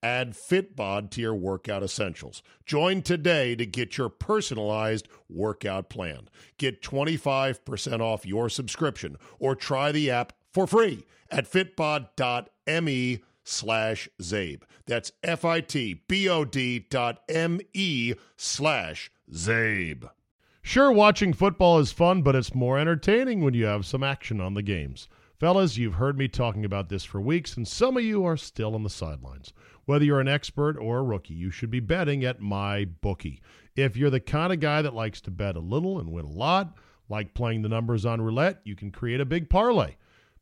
Add Fitbod to your workout essentials. Join today to get your personalized workout plan. Get 25% off your subscription or try the app for free at fitbod.me E slash Zabe. That's F-I-T-B-O-D dot M-E slash Zabe. Sure, watching football is fun, but it's more entertaining when you have some action on the games. Fellas, you've heard me talking about this for weeks, and some of you are still on the sidelines. Whether you're an expert or a rookie, you should be betting at my bookie. If you're the kind of guy that likes to bet a little and win a lot, like playing the numbers on roulette, you can create a big parlay.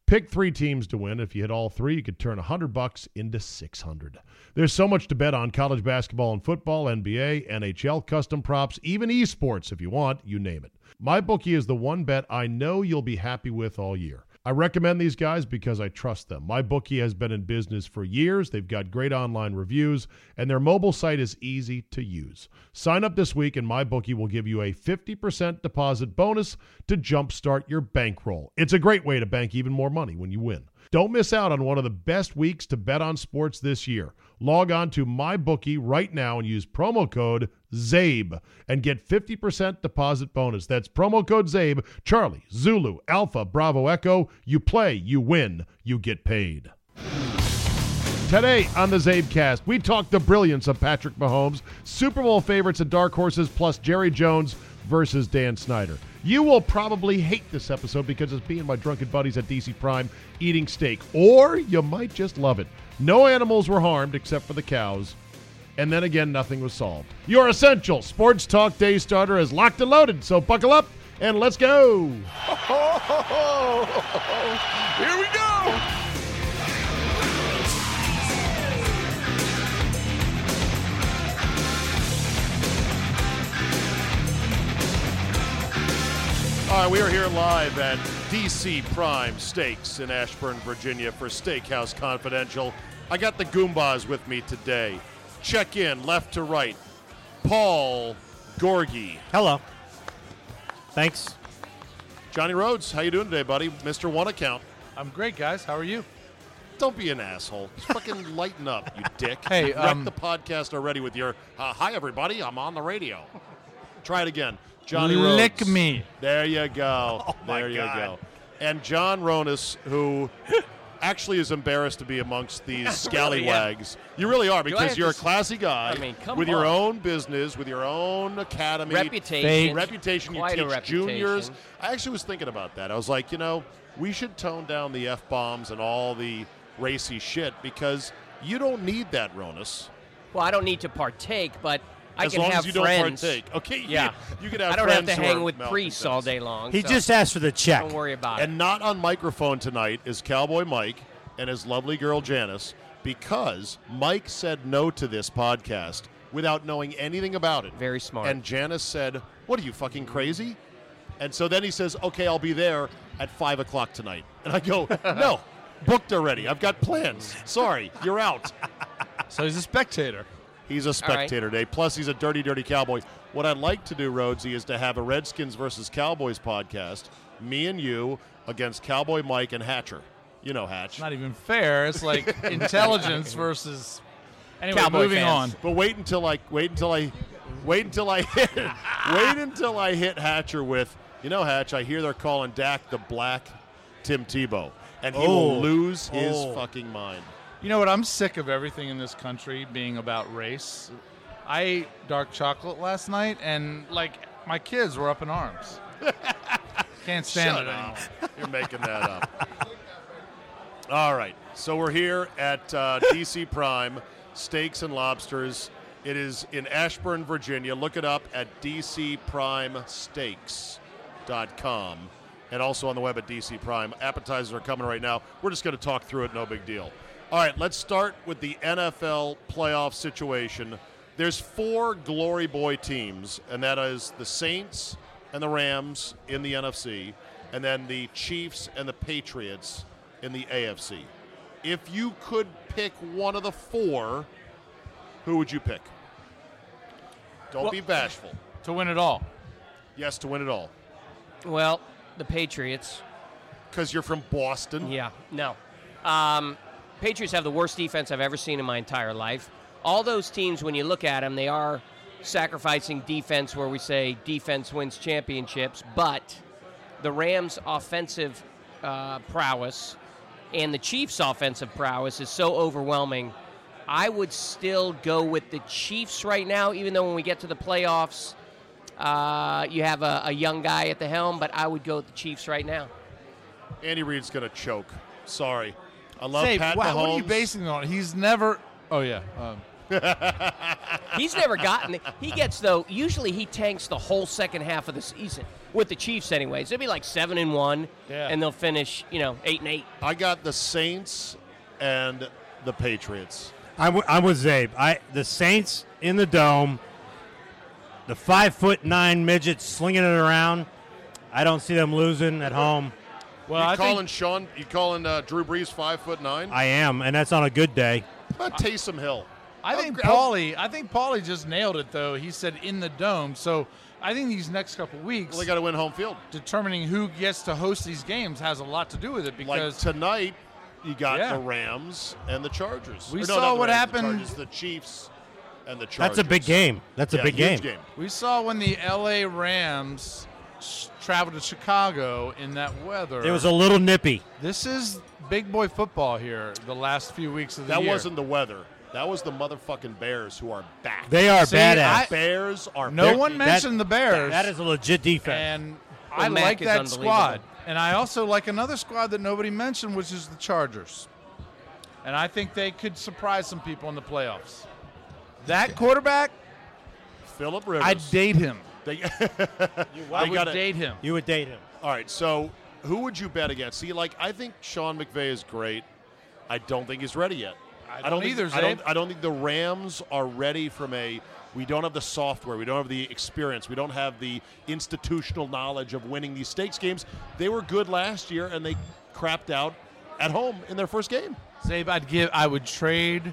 Pick three teams to win. If you hit all three, you could turn 100 bucks into 600. There's so much to bet on college basketball and football, NBA, NHL, custom props, even esports if you want, you name it. My bookie is the one bet I know you'll be happy with all year. I recommend these guys because I trust them. My bookie has been in business for years. They've got great online reviews, and their mobile site is easy to use. Sign up this week, and my bookie will give you a 50% deposit bonus to jumpstart your bankroll. It's a great way to bank even more money when you win. Don't miss out on one of the best weeks to bet on sports this year. Log on to MyBookie right now and use promo code ZABE and get 50% deposit bonus. That's promo code ZABE, Charlie, Zulu, Alpha, Bravo, Echo. You play, you win, you get paid. Today on the Zabecast, we talk the brilliance of Patrick Mahomes, Super Bowl favorites and dark horses, plus Jerry Jones versus Dan Snyder. You will probably hate this episode because it's me and my drunken buddies at DC Prime eating steak, or you might just love it. No animals were harmed except for the cows, and then again, nothing was solved. Your essential sports talk day starter is locked and loaded, so buckle up and let's go. Here we go. All right, we are here live at DC Prime Steaks in Ashburn, Virginia for Steakhouse Confidential. I got the Goombas with me today. Check in left to right. Paul Gorgie. Hello. Thanks. Johnny Rhodes, how you doing today, buddy? Mr. One Account. I'm great, guys. How are you? Don't be an asshole. Just fucking lighten up, you dick. Hey, Wrecked um, the podcast already with your uh, hi everybody. I'm on the radio. Try it again, Johnny. Rhodes. Lick me. There you go. Oh my there God. you go. And John Ronas, who actually is embarrassed to be amongst these scallywags. You really are I because have you're a to s- classy guy I mean, come with your on. own business, with your own academy, reputation. reputation. You Quite a teach reputation. juniors. I actually was thinking about that. I was like, you know, we should tone down the f bombs and all the racy shit because you don't need that, Ronus. Well, I don't need to partake, but I as can long have as you friends. don't partake, okay? you- Yeah. you can have. I don't have friends to who hang are with malcontents. priests all day long. He so just asked for the check. don't worry about it. And not on microphone tonight is Cowboy Mike and his lovely girl Janice because Mike said no to this podcast without knowing anything about it. Very smart. And Janice said, What are you fucking crazy? And so then he says, Okay, I'll be there at five o'clock tonight. And I go, No, booked already. I've got plans. Sorry, you're out. So he's a spectator. He's a right. spectator today. Plus, he's a dirty, dirty cowboy. What I'd like to do, Rhodesy, is to have a Redskins versus Cowboys podcast. Me and you against Cowboy Mike and Hatcher. You know Hatch. Not even fair. It's like intelligence versus. Anyway, Cowboy moving fans. on. but wait until I wait until I wait until I hit wait until I hit Hatcher with you know Hatch. I hear they're calling Dak the Black Tim Tebow, and he will Oh. lose his Oh. fucking mind. You know what? I'm sick of everything in this country being about race. I ate dark chocolate last night, and like my kids were up in arms. Can't stand Shut it up. anymore. You're making that up. All right. So we're here at uh, DC Prime Steaks and Lobsters It is in Ashburn, Virginia. Look it up at dcprimesteaks.com and also on the web at DC Prime. Appetizers are coming right now. We're just going to talk through it, no big deal. All right, let's start with the NFL playoff situation. There's four glory boy teams, and that is the Saints and the Rams in the NFC, and then the Chiefs and the Patriots in the AFC. If you could pick one of the four, who would you pick? Don't be bashful. to win it all. Yes to win it all. Well, the Patriots. Because you're from Boston. Yeah, no. Um, Patriots have the worst defense I've ever seen in my entire life. All those teams, when you look at them, they are sacrificing defense where we say defense wins championships, but the Rams' offensive uh, prowess and the Chiefs' offensive prowess is so overwhelming. I would still go with the Chiefs right now, even though when we get to the playoffs, uh, you have a, a young guy at the helm, but I would go with the Chiefs right now. Andy Reid's going to choke. Sorry. I love Say, Pat wow, Mahomes. what are you basing it on? He's never. Oh yeah. Um, He's never gotten it. He gets though. Usually he tanks the whole second half of the season with the Chiefs, anyways. It'll be like seven and one, Yeah. and they'll finish you know eight and eight. I got the Saints and the Patriots. I'm, wi- I'm with Zabe. I the Saints in the dome. The five foot nine midget slinging it around. I don't see them losing at home. well, you Uh, I calling think Sean? You calling uh, Drew Brees five foot nine? I am, and that's on a good day. How about Taysom Hill? I How think gr- how- Paulie. I think Paulie just nailed it though. He said in the dome. So I think these next couple weeks, Well, they got to win home field. determining who gets to host these games has a lot to do with it Like because tonight, you got Yeah. the Rams and the Chargers. We Or saw not the Rams, what the happened- Chargers, The, Chiefs and the Chargers. That's a big game. That's a Yeah, big huge game. game. we saw when the L.A. Rams s- traveled to Chicago in that weather. It was a little nippy. This is big boy football here. The last few weeks of the That year. wasn't the weather. That was the motherfucking Bears who are back. They are See, badass. I- Bears are No back. one mentioned the Bears. That is a legit defense. and I Mac like is that unbelievable. squad. And I also like another squad that nobody mentioned, which is the Chargers. And I think they could surprise some people in the playoffs. That quarterback, Philip Rivers. I'd date him. They- I They would gotta- date him. you would date him. All right, so who would you bet against? See, like I think Sean McVay is great. I don't think he's ready yet. I don't think, either, I don't, Zabe. I don't think the Rams are ready from a. We don't have the software. We don't have the experience. We don't have the institutional knowledge of winning these stakes games. They were good last year, and they crapped out at home in their first game. Zabe, I'd give. I would trade.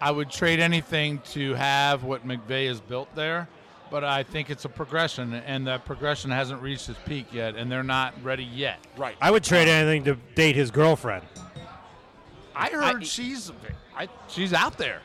I would trade anything to have what McVay has built there, but I think it's a progression, and that progression hasn't reached its peak yet, and they're not ready yet. Right. I would trade anything to date his girlfriend. I heard I- she's I, she's out there.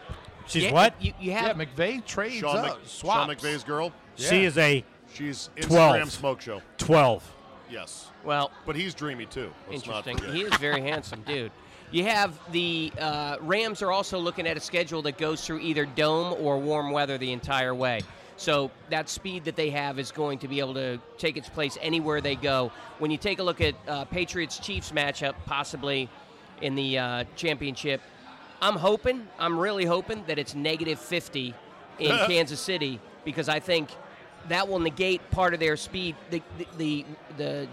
She's Yeah, what? You, you Yeah, have McVay trades Sean, up, Mc- Sean swaps. McVay's girl. She yeah. is a She's Instagram 12. smoke show. 12. Yes, well, but he's dreamy too. Let's not interesting. forget. He is very handsome, dude. You have the uh, Rams are also looking at a schedule that goes through either dome or warm weather the entire way. So that speed that they have is going to be able to take its place anywhere they go. When you take a look at uh, Patriots Chiefs matchup, possibly in the uh, championship, I'm hoping, I'm really hoping that it's negative 50 in Kansas City because I think that will negate part of their speed. The the the, the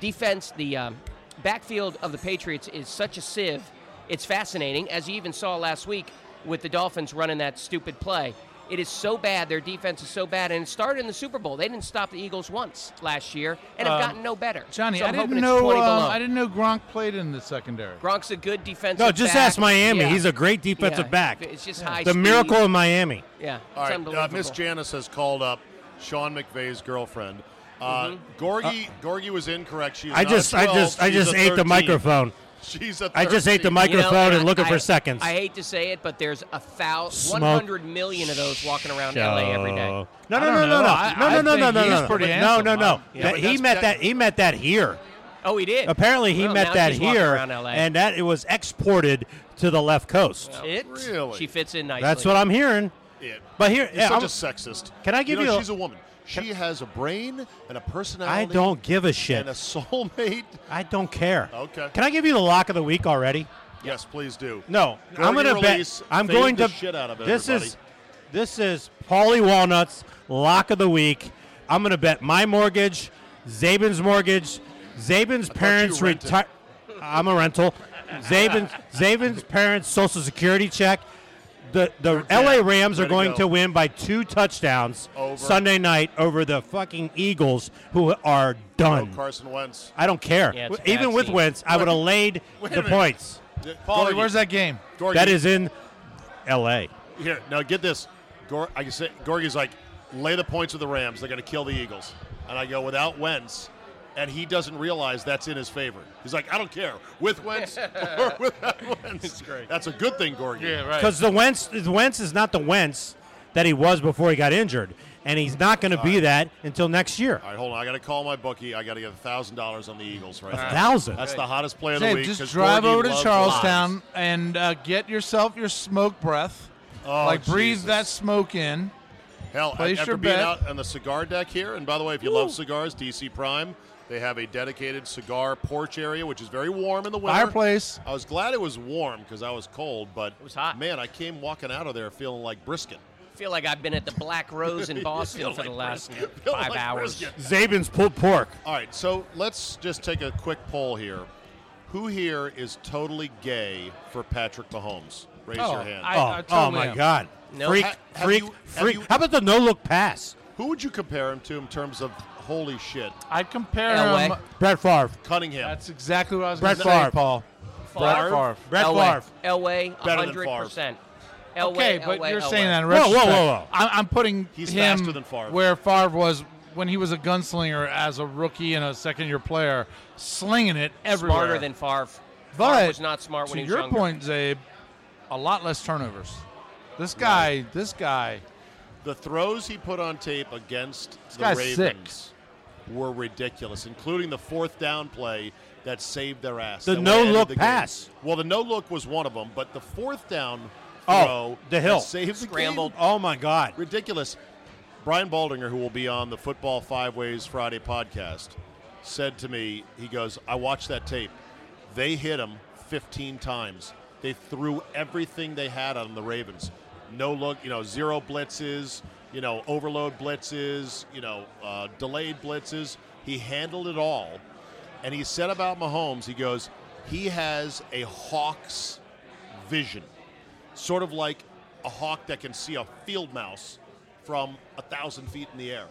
defense, the um, backfield of the Patriots is such a sieve. It's fascinating, as you even saw last week with the Dolphins running that stupid play. It is so bad. Their defense is so bad, and it started in the Super Bowl. They didn't stop the Eagles once last year, and Uh, have gotten no better. Johnny, So I I'm didn't hoping know. It's 20 um, below. I didn't know Gronk played in the secondary. Gronk's a good defensive. No, just back. ask Miami. Yeah. He's a great defensive Yeah. back. It's just high. the speed. miracle of Miami. Yeah. It's All right, uh, unbelievable. Miss Janice has called up Sean McVay's girlfriend. Uh, Gorgie, Gorgie was incorrect. She's Mm-hmm. I not a just, I 12, just, I she's just a ate the 13. microphone. She's a I just ate the 13. You know, microphone and I- looking I- for seconds. I hate to say it, but there's a thousand, Smoke 100 million of those walking around LA every day. I No, no, no, don't no, know. no, I- no, I no, no, think no, no, he's no, pretty But no, handsome, no, no. Mom. Yeah, That- but He that's- met that- that. He met that here. Oh, he did. Apparently, he Well, met now that she's walking here, around LA. and that it was exported to the left coast. it Really? she fits in nicely. That's what I'm hearing. It- But here, You're yeah, such a I'm- sexist. Can I give know, you a- She's a woman. She has a brain and a I personality. don't give a shit. And a soulmate. I don't care. Okay. Can I give you the lock of the week already? Yes, please do. No, Gorgie I'm gonna release, bet. I'm fade going the to. shit out of it, this everybody. is This is Paulie Walnuts lock of the week. I'm gonna bet my mortgage, Zabin's mortgage, Zabin's parents rented. retire. I'm a rental. Zabin's Zabin's parents' social security check. The the LA Rams are Way to going go. to win by two touchdowns Over. Sunday night over the fucking Eagles, who are Oh, done. Carson Wentz. I don't care. Yeah, it's a Even bad with team. Wentz, I would have laid Wait a the minute. points. Paulie, where's that game? That is in L.A. Here, now get this. Gor- I can say Gorgie's like, lay the points of the Rams. They're going to kill the Eagles. And I go without Wentz, and he doesn't realize that's in his favor. He's like, I don't care with Wentz or without Wentz. That's great. That's a good thing, Gorgie. right. Because the Wentz, the Wentz is not the Wentz that he was before he got injured, and he's not going to be that until next year. All right, hold on. I got to call my bookie. I got to get thousand dollars on the Eagles right now. thousand. That's the hottest play of the Hey, week. just 'cause drive Gorgie over to loves Charlestown lies. and uh, get yourself your smoke breath. Oh, like breathe Jesus. that smoke in. Hell, Place after your being bet. out on the cigar deck here, and by the way, if you love cigars, DC Prime, they have a dedicated cigar porch area, which is very warm in the winter. Fireplace. I was glad it was warm because I was cold, but it was hot. Man, I came walking out of there feeling like brisket. I feel like I've been at the Black Rose in Boston Feel for the like last brisket. Feel five like hours. brisket. Zabin's pulled pork. All right, so let's just take a quick poll here. Who here is totally gay for Patrick Mahomes? Raise your hand. I- Oh, I oh totally my am. God! No. Freak, Ha- have freak, you- have freak. you- How about the no look pass? Who would you compare him to in terms of holy shit? I'd compare LA. him. Brett Favre. Cunningham. That's exactly what I was Brett going to say, Favre. Paul. Favre? Brett Favre. Brett Elway. Favre. Elway, Better than Favre. 100%. Elway, Okay, but Elway, you're Elway. saying that in Whoa, whoa, retrospect. whoa, whoa. I'm, I'm putting He's him faster than Favre. where Favre was when he was a gunslinger as a rookie and a second-year player, slinging it everywhere. Smarter than Favre. Favre But was not smart to when he was your younger. point, Zabe, a lot less turnovers. This guy, this guy, The throws he put on tape against the guy's Ravens sick. were ridiculous, including the fourth down play that saved their ass. The that would've ended no-look the game. pass. Well, the no look was one of them, but the fourth down Oh, throw the hill. that saved the Scrambled. game. Oh my God! Ridiculous. Brian Baldinger, who will be on the Football Five Ways Friday podcast, said to me, he goes, I watched that tape. They hit him 15 times. They threw everything they had on the Ravens. No look, you know, zero blitzes, you know, overload blitzes, you know, uh, delayed blitzes. He handled it all. And he said about Mahomes, he goes, he has a Hawks vision sort of like a hawk that can see a field mouse from a thousand feet in the air.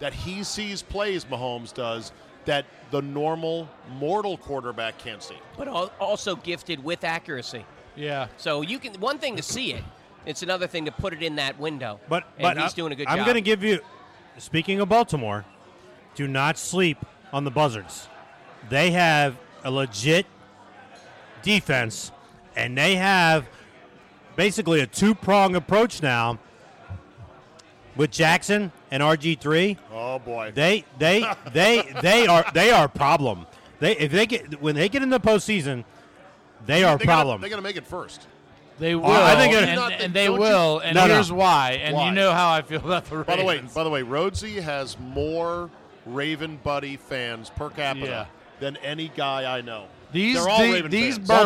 That he sees plays, Mahomes does, that the normal mortal quarterback can't see. But al- also gifted with accuracy. yeah. So you can one thing to see it. It's another thing to put it in that window. But and but he's I- doing a good I'm job. going to give you. Speaking of Baltimore, do not sleep on the Buzzards. They have a legit defense, and they have basically a two prong approach now with Jackson and RG three. Oh boy. They they they they are they are a problem. They if they get when they get in the postseason, they are a they problem. Gotta, they got to make it first. They will, I think it- and, Not that- and they don't you- will, and No, no. here's why. And Why? you know how I feel about the Ravens. By the way, by the way, Rhodesy has more Raven Buddy fans per capita Yeah. than any guy I know. These They're all the- Raven these fans. birds,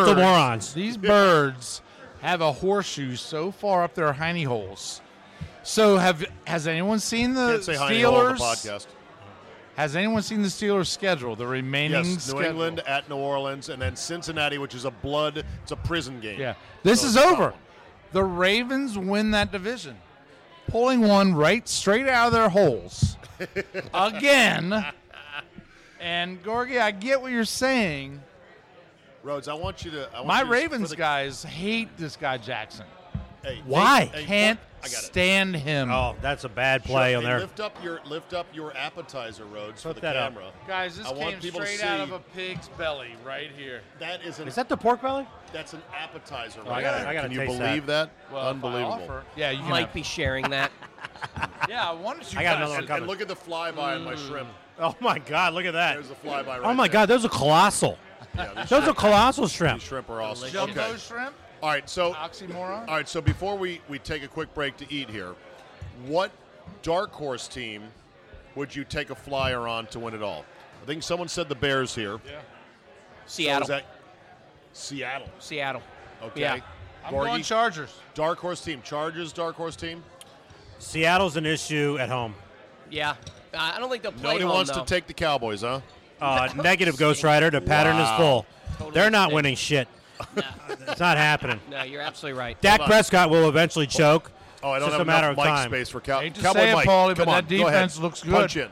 Baltimoreans. these birds have a horseshoe so far up their hiney holes. So have has anyone seen the Can't say hi to all on the Steelers? podcast. Has anyone seen the Steelers schedule? The remaining Yes, New schedule? England at New Orleans, and then Cincinnati, which is a blood, it's a prison game. Yeah, this So is it's not over. one. The Ravens win that division, pulling one right straight out of their holes again. And Gorgie, I get what you're saying. Rhodes, I want you to. I want My you to- Ravens for the- guys hate this guy Jackson. Hey, they- Why? hey, Can't I got it. stand him. oh, that's a bad Sure, play on hey, there. Lift up your lift up your appetizer, Rhodes, for Put the that up. camera. Guys, this I want came people to straight out see- of a pig's belly right here. That is an Is that the pork belly? that's an appetizer. I right gotta- there. I gotta Can you taste believe that? Well, if I Unbelievable. offer- Yeah, you can Might have- be sharing that. Yeah, I wanted you. I got guys another one to- coming. And look at the flyby on Mm. my shrimp. Oh my God! Look at that. There's a flyby. Right oh my there. God! Those are colossal. Yeah, these Those shrimp, are colossal shrimp. these shrimp are awesome. Jumbo Okay. shrimp, All right. So oxymoron. all right. So before we we take a quick break to eat here, what dark horse team would you take a flyer on to win it all? I think someone said the Bears here. Seattle. Was that Seattle? Seattle. Okay. Yeah. I'm Gorgie? going Chargers. Dark horse team, Chargers. Dark horse team. Seattle's an issue at home. Yeah, Uh, I don't think they'll play. Nobody home, wants though. to take the Cowboys, huh? Uh, negative Ghost Rider. The pattern is full. They're not sick. winning shit. it's not happening. No, you're absolutely right. Dak on. Prescott will eventually choke. Oh, I It's don't just have a matter enough of mic time. space for Cow- Hate to Cowboy say it, Mike. Paulie, Come but on, that go ahead. defense looks good. Punch in.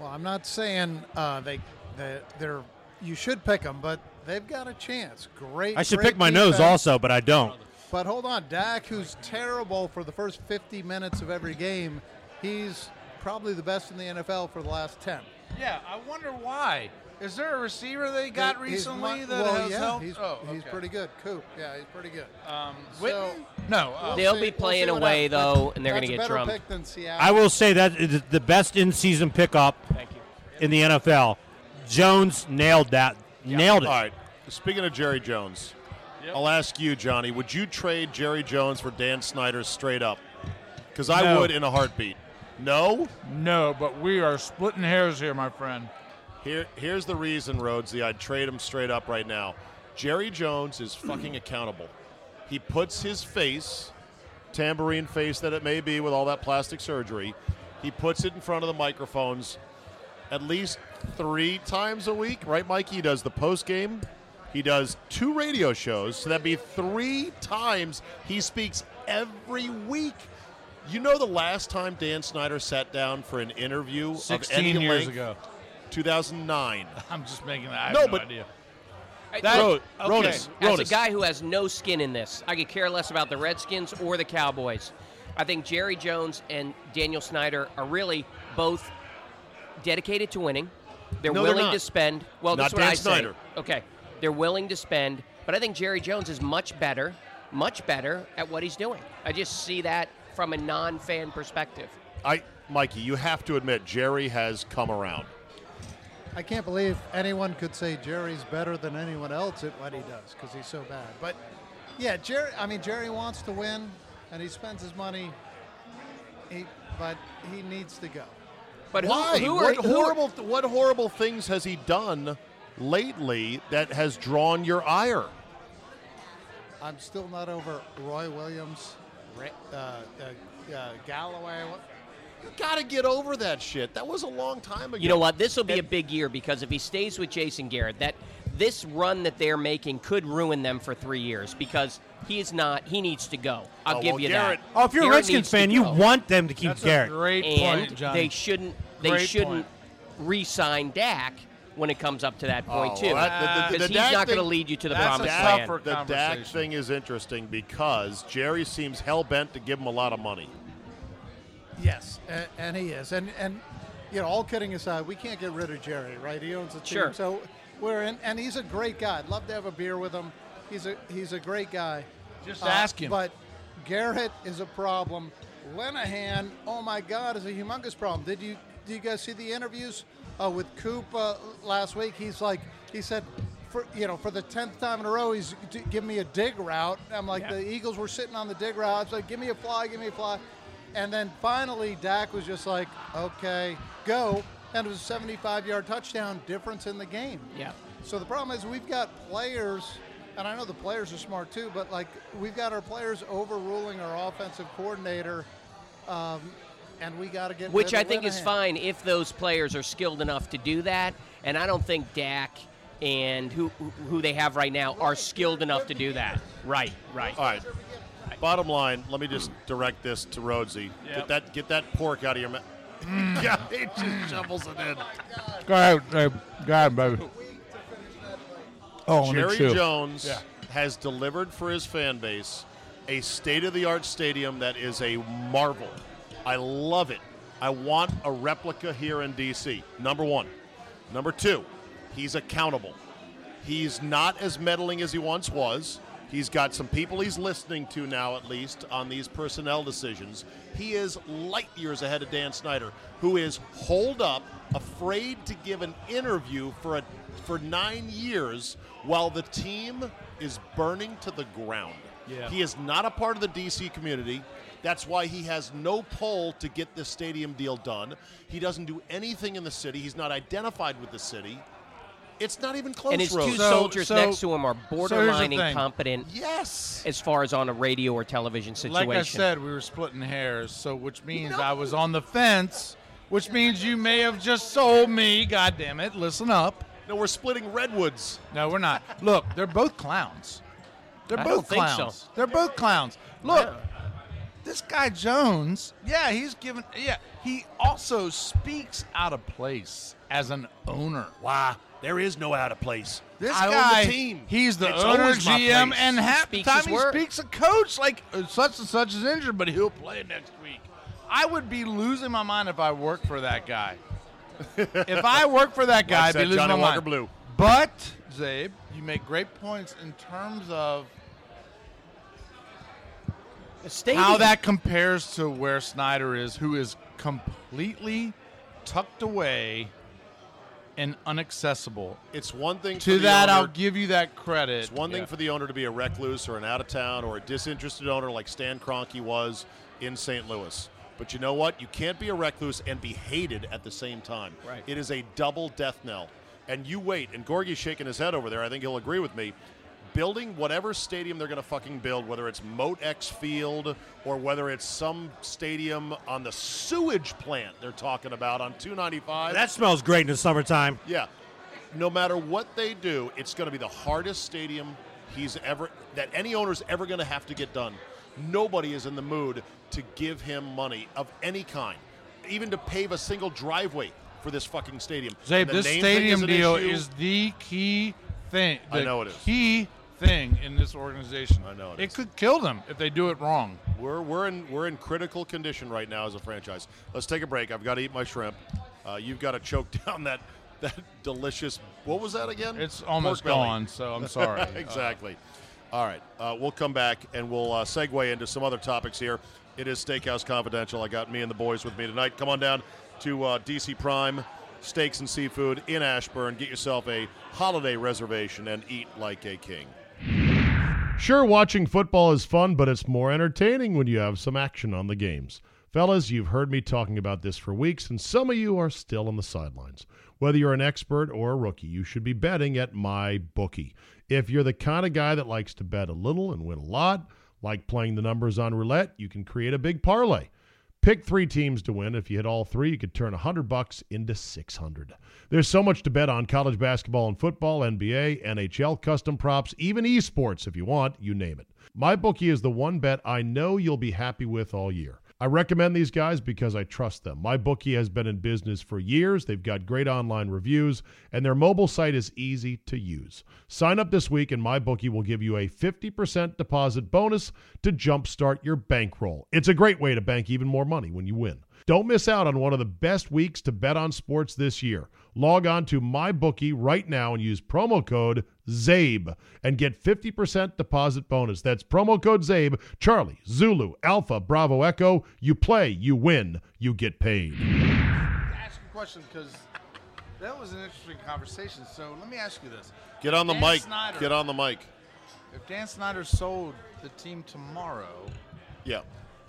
Well, I'm not saying uh, they that they're you should pick them, but they've got a chance. Great. I should great pick my nose defense. also, but I don't. But hold on, Dak, who's terrible for the first 50 minutes of every game, he's probably the best in the NFL for the last 10. Yeah, I wonder why. Is there a receiver they got He- he's recently mu- that well, has yeah, helped? He's, oh, he's okay. pretty good. Coop, yeah, he's pretty good. Um, So- Whitney? no. uh, They'll see- be playing see what away, happens. though, and they're That's gonna a get better drummed. pick than Seattle. I will say that is the best in-season pickup Thank you. in the NFL. Jones nailed that. Nailed it. All right. Speaking of Jerry Jones, I'll ask you, Johnny. Would you trade Jerry Jones for Dan Snyder straight up? Because I No. would in a heartbeat. No. no, but we are splitting hairs here, my friend. Here, here's the reason, Rhodesy. I'd trade him straight up right now. Jerry Jones is fucking accountable. He puts his face, tambourine face that it may be with all that plastic surgery, he puts it in front of the microphones at least three times a week, right, Mike? He does the post game, he does two radio shows, so that'd be three times he speaks every week. You know the last time Dan Snyder sat down for an interview of 16 any years length? ago. 2009. I'm just making that. I have No, no, but- idea. That- Uh, Ro- okay. Rodas, As a Rodas. guy who has no skin in this, I could care less about the Redskins or the Cowboys. I think Jerry Jones and Daniel Snyder are really both dedicated to winning. They're No, they're willing not. to spend. Well, Not that's what Dan I say. Snyder. Okay, they're willing to spend, but I think Jerry Jones is much better, much better at what he's doing. I just see that from a non-fan perspective. I, Mikey, you have to admit Jerry has come around. I can't believe anyone could say Jerry's better than anyone else at what he does because he's so bad. But yeah, Jerry. I mean, Jerry wants to win, and he spends his money. He, but he needs to go. But who- Why? Who, what are, who- horrible? what horrible things has he done lately that has drawn your ire? I'm still not over Roy Williams, Ra- uh, uh, uh, Galloway. You got to get over that shit. That was a long time ago. You know what? This will be a big year because if he stays with Jason Garrett, that this run that they're making could ruin them for three years because he is not. He needs to go. I'll Oh, give well, you Garrett- that. Oh, if you're a Garrett Redskins needs to fan, you go. want them to keep That's Garrett. a great and point, John. they shouldn't. They Great shouldn't point. re-sign Dak when it comes up to that point Oh, too, well, that- the- the- the because he's Dak not going to thing- lead you to the that's a promised Dak- land. tougher- the Dak conversation. thing is interesting because Jerry seems hell bent to give him a lot of money. Yes, and, and he is. And and you know, all kidding aside, we can't get rid of Jerry, right? He owns the team, Sure. so we're in. And he's a great guy. I'd love to have a beer with him. He's a he's a great guy. Uh, Just ask him. But Garrett is a problem. Lenahan, oh my God, is a humongous problem. Did you do you guys see the interviews uh, with Coop uh, last week? He's like he said. For, you know, for the tenth time in a row, he's "D- give me a dig route. I'm like the Eagles were sitting on the dig route. It's like give me a fly, give me a fly, and then finally Dak was just like, okay, go, and it was a 75-yard touchdown difference in the game. Yeah. So the problem is we've got players, and I know the players are smart too, but like we've got our players overruling our offensive coordinator, um, and we got to get which rid I of think is Linehan. fine if those players are skilled enough to do that. And I don't think Dak and who who they have right now are skilled enough to do that. Right, right. All right. Bottom line, let me just direct this to Rhodesy. Get that get that pork out of your mouth. yeah, he just shovels it in. Go ahead, babe. Go ahead, baby. Oh, and Jerry it's you. Jones Yeah. has delivered for his fan base a state of the art stadium that is a marvel. I love it. I want a replica here in D.C. Number one. Number two, he's accountable. He's not as meddling as he once was. He's got some people he's listening to now, at least, on these personnel decisions. He is light years ahead of Dan Snyder, who is holed up, afraid to give an interview for a, for nine years while the team is burning to the ground. Yeah. He is not a part of the DC community. That's why he has no pull to get this stadium deal done. He doesn't do anything in the city. He's not identified with the city It's not even close. and his two Rose. So- soldiers so- next to him are here's the borderline thing. incompetent yes. as far as on a radio or television situation. Like I said, we were splitting hairs, so which means I was on the fence, which means you may have just sold me. God damn it! Listen up. No, we're splitting redwoods. No, we're not. Look, they're both clowns. They're I both don't think so. clowns. They're both clowns. Look, this guy Jones. Yeah, he's given. Yeah, he also speaks out of place as an owner. Why? There is no out of place. This I own the guy, team. he's the It's owner, always my GM, place. and half Speaks the his time he word. speaks a coach like uh, such and such is injured, but he'll play next week. I would be losing my mind if I worked for that guy. if I worked for that guy, I'd be said losing Johnny my Walker mind. Blue. But Zabe, you make great points in terms of Stadium. how that compares to where Snyder is, who is completely tucked away and unaccessible. It's one thing for To the that, owner- I'll give you that credit. It's one thing for the owner to be a recluse or an out of town or a disinterested owner like Stan Kroenke was in St. Louis. But you know what? You can't be a recluse and be hated at the same time. Right. It is a double death knell. And you wait, and Gorgie's shaking his head over there. I think he'll agree with me. Building whatever stadium they're going to fucking build, whether it's Moat X Field or whether it's some stadium on the sewage plant they're talking about on 295. That smells great in the summertime. Yeah. No matter what they do, it's going to be the hardest stadium he's ever that any owner's ever going to have to get done. Nobody is in the mood to give him money of any kind, even to pave a single driveway for this fucking stadium. Zabe, And the this name thing stadium an deal issue. is the key thing. I the know it is. Key thing in this organization. I know it It is. could kill them if they do it wrong. we're we're in we're in critical condition right now as a franchise. Let's take a break. I've got to eat my shrimp. Uh, you've got to choke down that that delicious. What was that again? It's almost Pork belly. gone, so I'm sorry. exactly. All right. Uh, we'll come back and we'll uh, segue into some other topics here. It is Steakhouse Confidential. I got me and the boys with me tonight. Come on down to uh, DC Prime Steaks and Seafood in Ashburn. Get yourself a holiday reservation and eat like a king. Sure, watching football is fun, but it's more entertaining when you have some action on the games. Fellas, you've heard me talking about this for weeks, and some of you are still on the sidelines. Whether you're an expert or a rookie, you should be betting at my bookie. If you're the kind of guy that likes to bet a little and win a lot, like playing the numbers on roulette, you can create a big parlay. Pick three teams to win. If you hit all three, you could turn 100 bucks into 600. There's so much to bet on college basketball and football, NBA, NHL, custom props, even esports if you want, you name it. MyBookie is the one bet I know you'll be happy with all year. I recommend these guys because I trust them. MyBookie has been in business for years. They've got great online reviews, and their mobile site is easy to use. Sign up this week, and MyBookie will give you a 50% deposit bonus to jumpstart your bankroll. It's a great way to bank even more money when you win. Don't miss out on one of the best weeks to bet on sports this year. Log on to MyBookie right now and use promo code ZABE and get 50% deposit bonus. That's promo code ZABE, Charlie, Zulu, Alpha, Bravo, Echo. You play, you win, you get paid. ask a question because that was an interesting conversation. So let me ask you this: Get on the Dan mic. Snyder. Get on the mic. If Dan Snyder sold the team tomorrow, Yeah.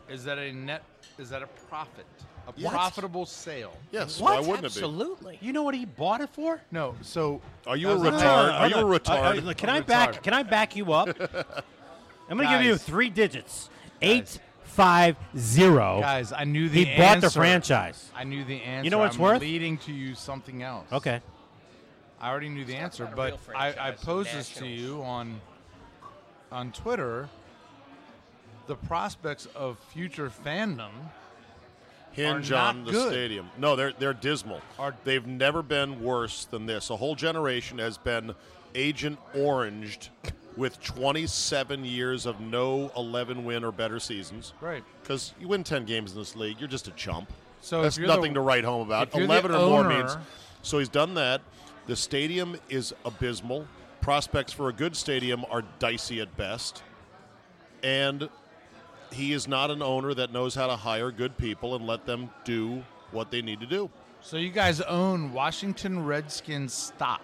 is that a net? Is that a profit? A Yes. profitable sale? Yes. What? Why wouldn't it Absolutely. You know what he bought it for? No. So be? Are you a No, no, retard? no, Are you a Hold on. retard? Uh, uh, can I'm I retarded. back? Can I back you up? I'm going to give Guys. you three digits. Guys. Eight five zero. guys, I knew the He bought the answer. franchise. I knew the answer. know what it's I'm worth? Leading to you something else. Okay. I already knew the answer, about a but real I, I franchise, posed this to Nationals. you on on Twitter. The prospects of future fandom. hinge are not on the good. stadium. No, they're they're dismal. Are- They've never been worse than this. A whole generation has been agent oranged with 27 years of no 11 win or better seasons. Right. Because you win 10 games in this league, you're just a chump. So if that's you're nothing the- to write home about. if you're the 11 or more owner- means. So he's done that. The stadium is abysmal. Prospects for a good stadium are dicey at best. And he is not an owner that knows how to hire good people and let them do what they need to do. So you guys own Washington Redskins stock,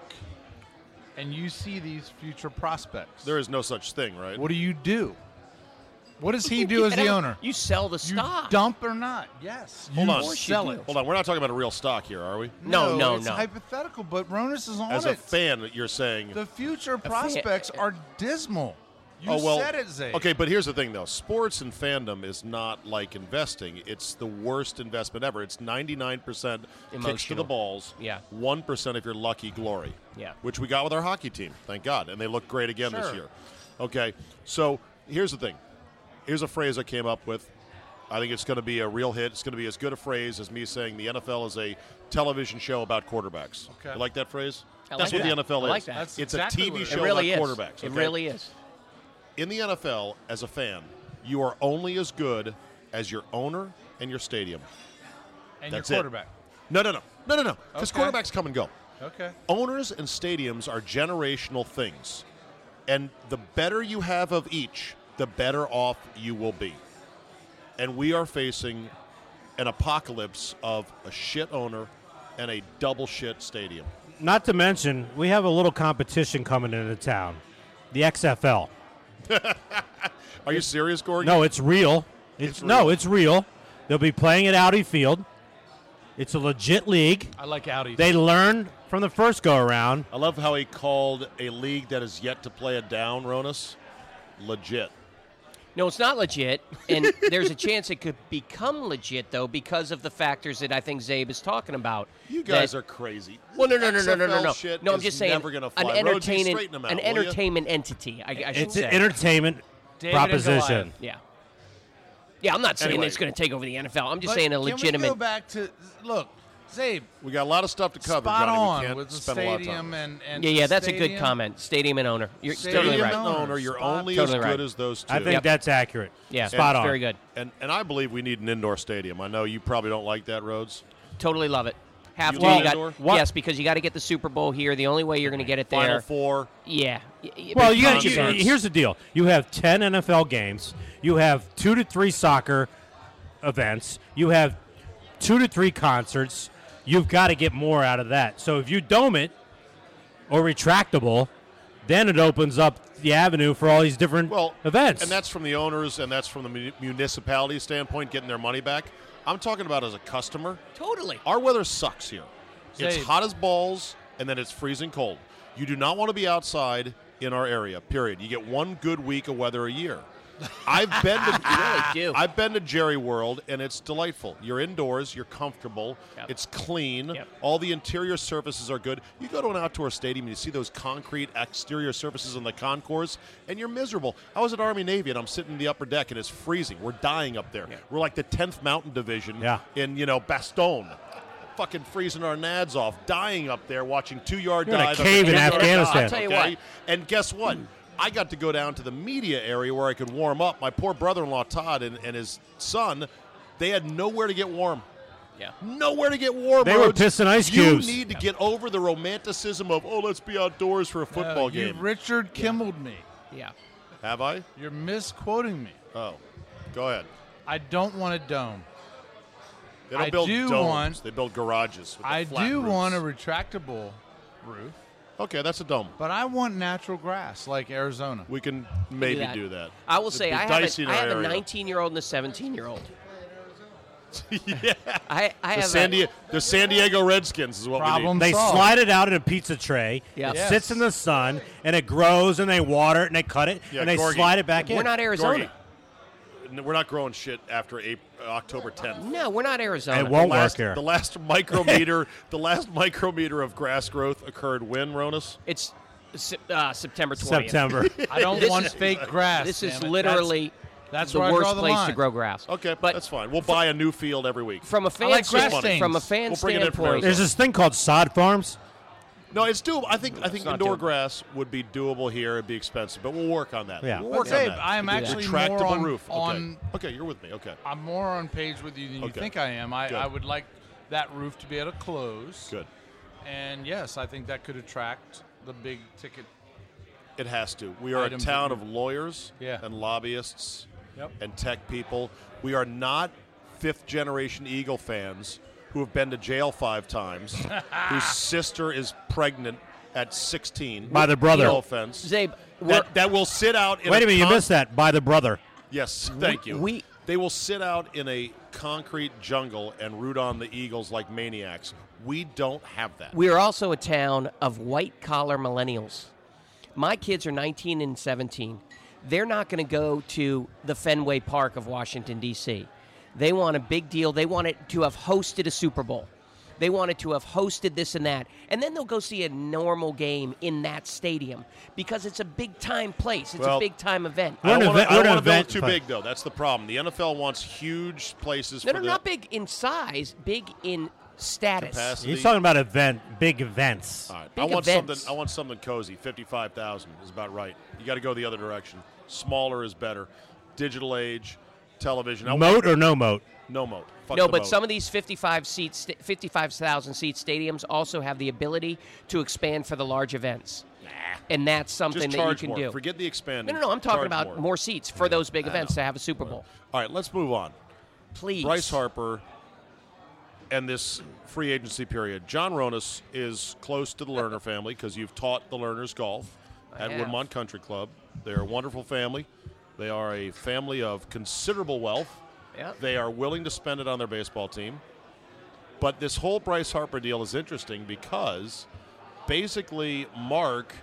and you see these future prospects. There is no such thing, right? what do you do? What does he do as the Yeah, owner? You sell the You stock. dump or not? Yes. Hold you on. Sell it. Hold on, we're not talking about a real stock here, are we? No, no, it's no. hypothetical, but Ronus is on As a it. fan, you're saying. the future prospects are dismal. You oh well. said it, Zay. Okay, but here's the thing, though. Sports and fandom is not like investing. It's the worst investment ever. It's 99% kicks to the Emotional. balls. Yeah. 1% if you're lucky, glory. Yeah. Which we got with our hockey team, thank God, and they look great again this Sure. year. Okay, so here's the thing. Here's a phrase I came up with. I think it's going to be a real hit. It's going to be as good a phrase as me saying the NFL is a television show about quarterbacks. Okay. You like that phrase? I That's like what that. the NFL I is. like that. That's It's exactly a what TV it is. show It really is. about quarterbacks. It okay? really is. in the NFL as a fan, you are only as good as your owner and your stadium. and That's it. your quarterback. No, no, no, no, no, no. Because Okay. quarterbacks come and go. Okay. Owners and stadiums are generational things, and the better you have of each, the better off you will be. And we are facing an apocalypse of a shit owner and a double shit stadium. Not to mention, we have a little competition coming into town, the XFL. Are you serious, Gordon? No, it's real. It's, It's real. no, it's real. They'll be playing at Audi Field. It's a legit league. I like Audi. They learned from the first go around. I love how he called a league that is yet to play a down, Ronus. Legit. No, it's not legit, and there's a chance it could become legit though because of the factors that I think Zabe is talking about. You guys That- are crazy. Well, no, no, no, no, no, no, XFL no. shit No, I'm is just saying never gonna fly. an Rosie, entertainment, straighten 'em out, an will ya? entertainment entity. I, I should It's an say. entertainment David and proposition. Goliath. yeah, yeah. I'm not saying Anyway. it's going to take over the NFL. I'm just But saying a Can we go legitimate. back to look, Zabe? We got a lot of stuff to cover. spot Johnny. We on can't with the spend a lot of time. stadium and, and Yeah, yeah. the That's a good stadium. comment. Stadium and owner. You're Stadium totally right. Stadium right. owner, you're Spot- only as Totally good right. as those two. I think Yep. that's accurate. Yeah, spot on. Very good. and and I believe we need an indoor stadium. I know you probably don't like that, Rhodes. Totally love it. Have You to. love you indoor? got, What- yes, because you got to get the Super Bowl here. The only way you're going to get it there. Final four. Yeah. Y- y- Well, big you got concerts. here's the deal. You have 10 NFL games. You have 2 to 3 soccer events. You have 2 to 3 concerts. You've got to get more out of that. So if you dome it or retractable, then it opens up the avenue for all these different Well, events. and that's from the owners, and that's from the mu- municipality standpoint, getting their money back. I'm talking about as a customer. totally. Our weather sucks here. It's Zabe. hot as balls, and then it's freezing cold. You do not want to be outside in our area. Period. You get one good week of weather a year. I've been to do. I've been to Jerry World, and it's delightful. You're indoors, you're comfortable, Yep. it's clean. Yep. All the interior surfaces are good. You go to an outdoor stadium, and you see those concrete exterior surfaces in the concourse, and you're miserable. I was at Army Navy, and I'm sitting in the upper deck, and it's freezing. We're dying up there. We're like the 10th Mountain Division Yeah. in you know Bastogne, fucking freezing our nads off, dying up there watching two yard You're in a dive. cave in after two-yard Afghanistan. dive, I'll tell you okay? what. And guess what? I got to go down to the media area where I could warm up. My poor brother-in-law Todd and, and his son, they had nowhere to get warm. Yeah. Nowhere to get warm. They were Rhodes. pissing ice you cubes. You need to get over the romanticism of oh, let's be outdoors for a No, football Uh, you game. Richard Kimmeled me. Yeah. Have I? You're misquoting me. Oh, go ahead. I don't want a dome. They don't I build do domes. want- they build garages. with the I flat do roofs. want a retractable roof, Okay, that's a dome. but I want natural grass like Arizona. We can maybe that. do that. I will It'd say be I have, dicey a, in I our have a area. 19 year old and a 17 year old. yeah. I, I The have San, a- Di- the San Diego Redskins is what Problem they solved. slide it out in a pizza tray. Yeah. It Yes. sits in the sun and it grows and they water it and they cut it Yeah, and they Gorgie. slide it back in. we're not we need. Gorgie, Arizona. n- we're not growing shit after April, October 10th. No, we're not Arizona. It won't The last, work here. the last micrometer, the last micrometer of grass growth occurred when Ronus. It's Sep- uh, September 20th. September. I don't This want is- fake grass. This damn is it. literally that's the where I worst draw the place to line. grow grass. Okay, but that's fine. We'll buy a new field every week. From a fan like grass standpoint, stains. from a fan We'll bring it in from standpoint, There's this thing called sod farms. no, it's doable. I think I think not indoor doable. grass would be doable here. It'd be expensive, but we'll work on that. Yeah. we'll Well, work on Dave, that. I am actually retractable more on, roof. Okay. on okay, you're with me. Okay, I'm more on page with you than you Okay. think I am. I, Good. I would like that roof to be able to close. good. And yes, I think that could attract the big ticket. It has to. We are a Items that town we- of lawyers Yeah. and lobbyists Yep. and tech people. We are not fifth generation Eagle fans who have been to jail five times, whose sister is pregnant at 16. By the brother. No offense. Zabe, we're- that, that will sit out in Wait a minute, you con- missed that. By the brother. Yes, thank you. we- they will sit out in a concrete jungle and root on the Eagles like maniacs. We don't have that. We are also a town of white collar millennials. My kids are 19 and 17. They're not going to go to the Fenway Park of Washington, D.C. They want a big deal. They want it to have hosted a Super Bowl. They wanted to have hosted this and that. And then they'll go see a normal game in that stadium because it's a big time place. It's Well, a big time event. I We're an don't event- we're an want to build event- too big, though. That's the problem. The NFL wants huge places No, for no, the not big in size, big in status. capacity. He's talking about event, big events. All right. I big want events. something. I want something cozy. Fifty-five thousand is about right. You got to go the other direction. Smaller is better. Digital age, television. I want- Moat or no moat? no moat. Fuck No, the but moat. some of these 55 seats, 55,000 seat stadiums also have the ability to expand for the large events. And that's something just that you charge can more. do. Forget the expanding. no, no, no. I'm talking Charge about more, seats for those big events to have a Super Bowl. All right, let's move on. Please. Bryce Harper and this free agency period. John Ronas is close to the Lerner family because you've taught the Lerners golf at have. Woodmont Country Club. They're a wonderful family. They are a family of considerable wealth. Yeah. They are willing to spend it on their baseball team. But this whole Bryce Harper deal is interesting because basically Mark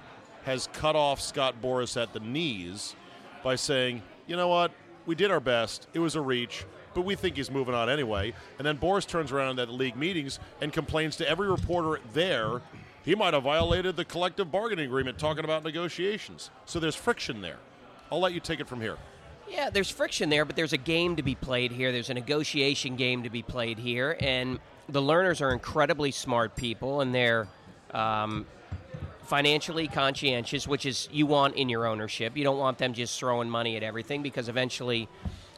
has cut off Scott Boris at the knees by saying, you know what, we did our best, it was a reach, but we think he's moving on anyway. And then Boris turns around at the league meetings and complains to every reporter there he might have violated the collective bargaining agreement talking about negotiations. So there's friction there. I'll let you take it from here. Yeah, there's friction there, but there's a game to be played here. There's a negotiation game to be played here, and the learners are incredibly smart people, and they're um, financially conscientious, which is you want in your ownership. You don't want them just throwing money at everything because eventually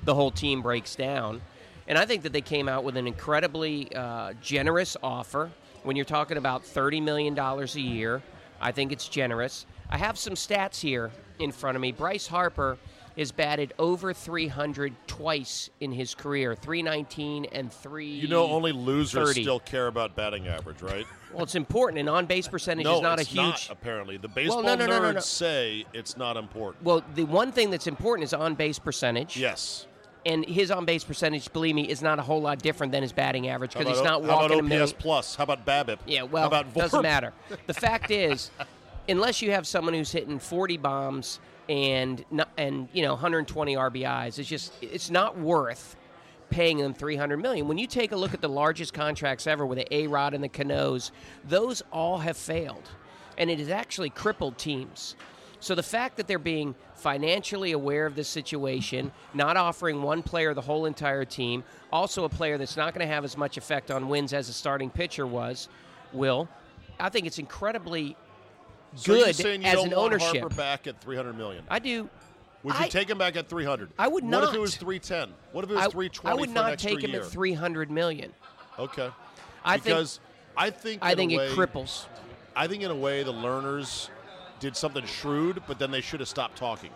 the whole team breaks down. And I think that they came out with an incredibly uh, generous offer. When you're talking about $30 million a year, I think it's generous. I have some stats here in front of me. Bryce Harper has batted over 300 twice in his career 319 and 3 You know, only losers 30. still care about batting average, right? well it's important and on-base percentage no, is not it's a huge not, apparently. The baseball no, no, nerds no, no, no. say it's not important. Well, the one thing that's important is on base percentage. Yes. And his on base percentage, believe me, is not a whole lot different than his batting average How because he's about not O- How walking a about million. OPS plus? How about BABIP? Yeah, how well, about doesn't VORP? matter. The fact is, unless you have someone who's hitting 40 bombs and not, and you know 120 RBIs, it's just it's not worth paying them 300 million. When you take a look at the largest contracts ever with the A-Rod and the Canoes, those all have failed, and it has actually crippled teams. So the fact that they're being financially aware of this situation, not offering one player the whole entire team, also a player that's not going to have as much effect on wins as a starting pitcher was, will, I think it's incredibly So you're good saying you as don't an want ownership. Harper back at 300 million. I do. Would you I- take him back at 300? I would What if it not. was 310? What if it was I, 320 I for would an not extra take him year? at 300 million. Okay. I think because I think in I a think way- it cripples. I think in a way the learners did something shrewd, but then they should have stopped talking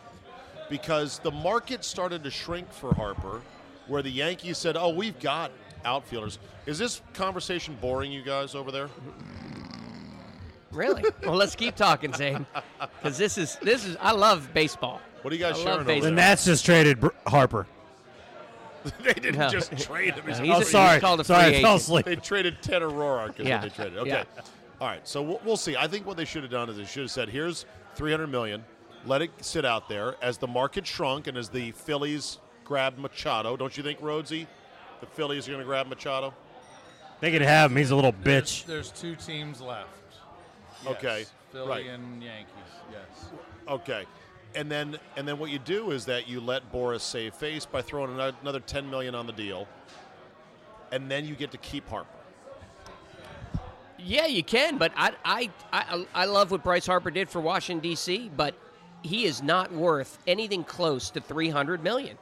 because the market started to shrink for Harper, where the Yankees said, "Oh, we've got outfielders." Is this conversation boring you guys over there? Really? well, let's keep talking, Zane, because this is this is I love baseball. What are you guys I love sharing over baseball. The there? Nats just traded Br- Harper. they didn't No. just trade him. He's a He's oh, a- sorry. he's called a sorry, free I fell agent. asleep. They traded Ted Aurora because Yeah. they traded. Okay. Yeah. All right. So we'll, we'll see. I think what they should have done is they should have said, "Here's 300 million. Let it sit out there." As the market shrunk and as the Phillies grabbed Machado, don't you think, Rhodesy? The Phillies are going to grab Machado. They could have him. He's a little bitch. There's two teams left. Okay, Yes, Philly right. and Yankees. Yes. Okay. And then and then what you do is that you let Boris save face by throwing ano- another 10 million on the deal. And then you get to keep Harper. Yeah, you can, but I I, I I love what Bryce Harper did for Washington D.C., but he is not worth anything close to three hundred million.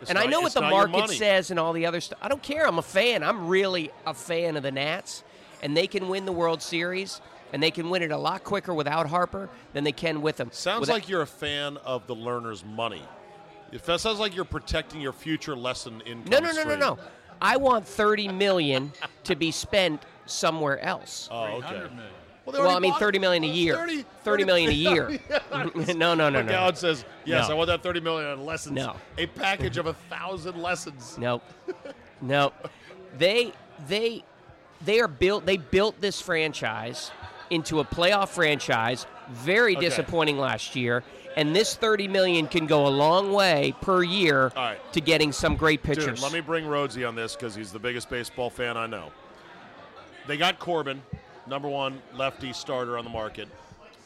It's and I not- know what it's the not your market money. says and all the other stuff. I don't care. I'm a fan. I'm really a fan of the Nats, and they can win the World Series, and they can win it a lot quicker without Harper than they can with him. Sounds Without- like you're a fan of the learner's money. If that sounds like you're protecting your future lesson income. no, no, no, no, stream. no. I want thirty million to be spent somewhere else. Oh, okay. 300 million. Well, they Well, already I mean, bought it. thirty million a year. 30 thirty million a year. no, no, no, no, But Dowd no. says, yes, No. I want that 30 million on lessons. No. A package of a thousand lessons. Nope. Nope. They they they are built they built this franchise into a playoff franchise. Very disappointing last year. And this thirty million can go a long way per year All right. to getting some great Dude, pitchers. let me bring Rhodesy on this because he's the biggest baseball fan I know. They got Corbin, number one lefty starter on the market.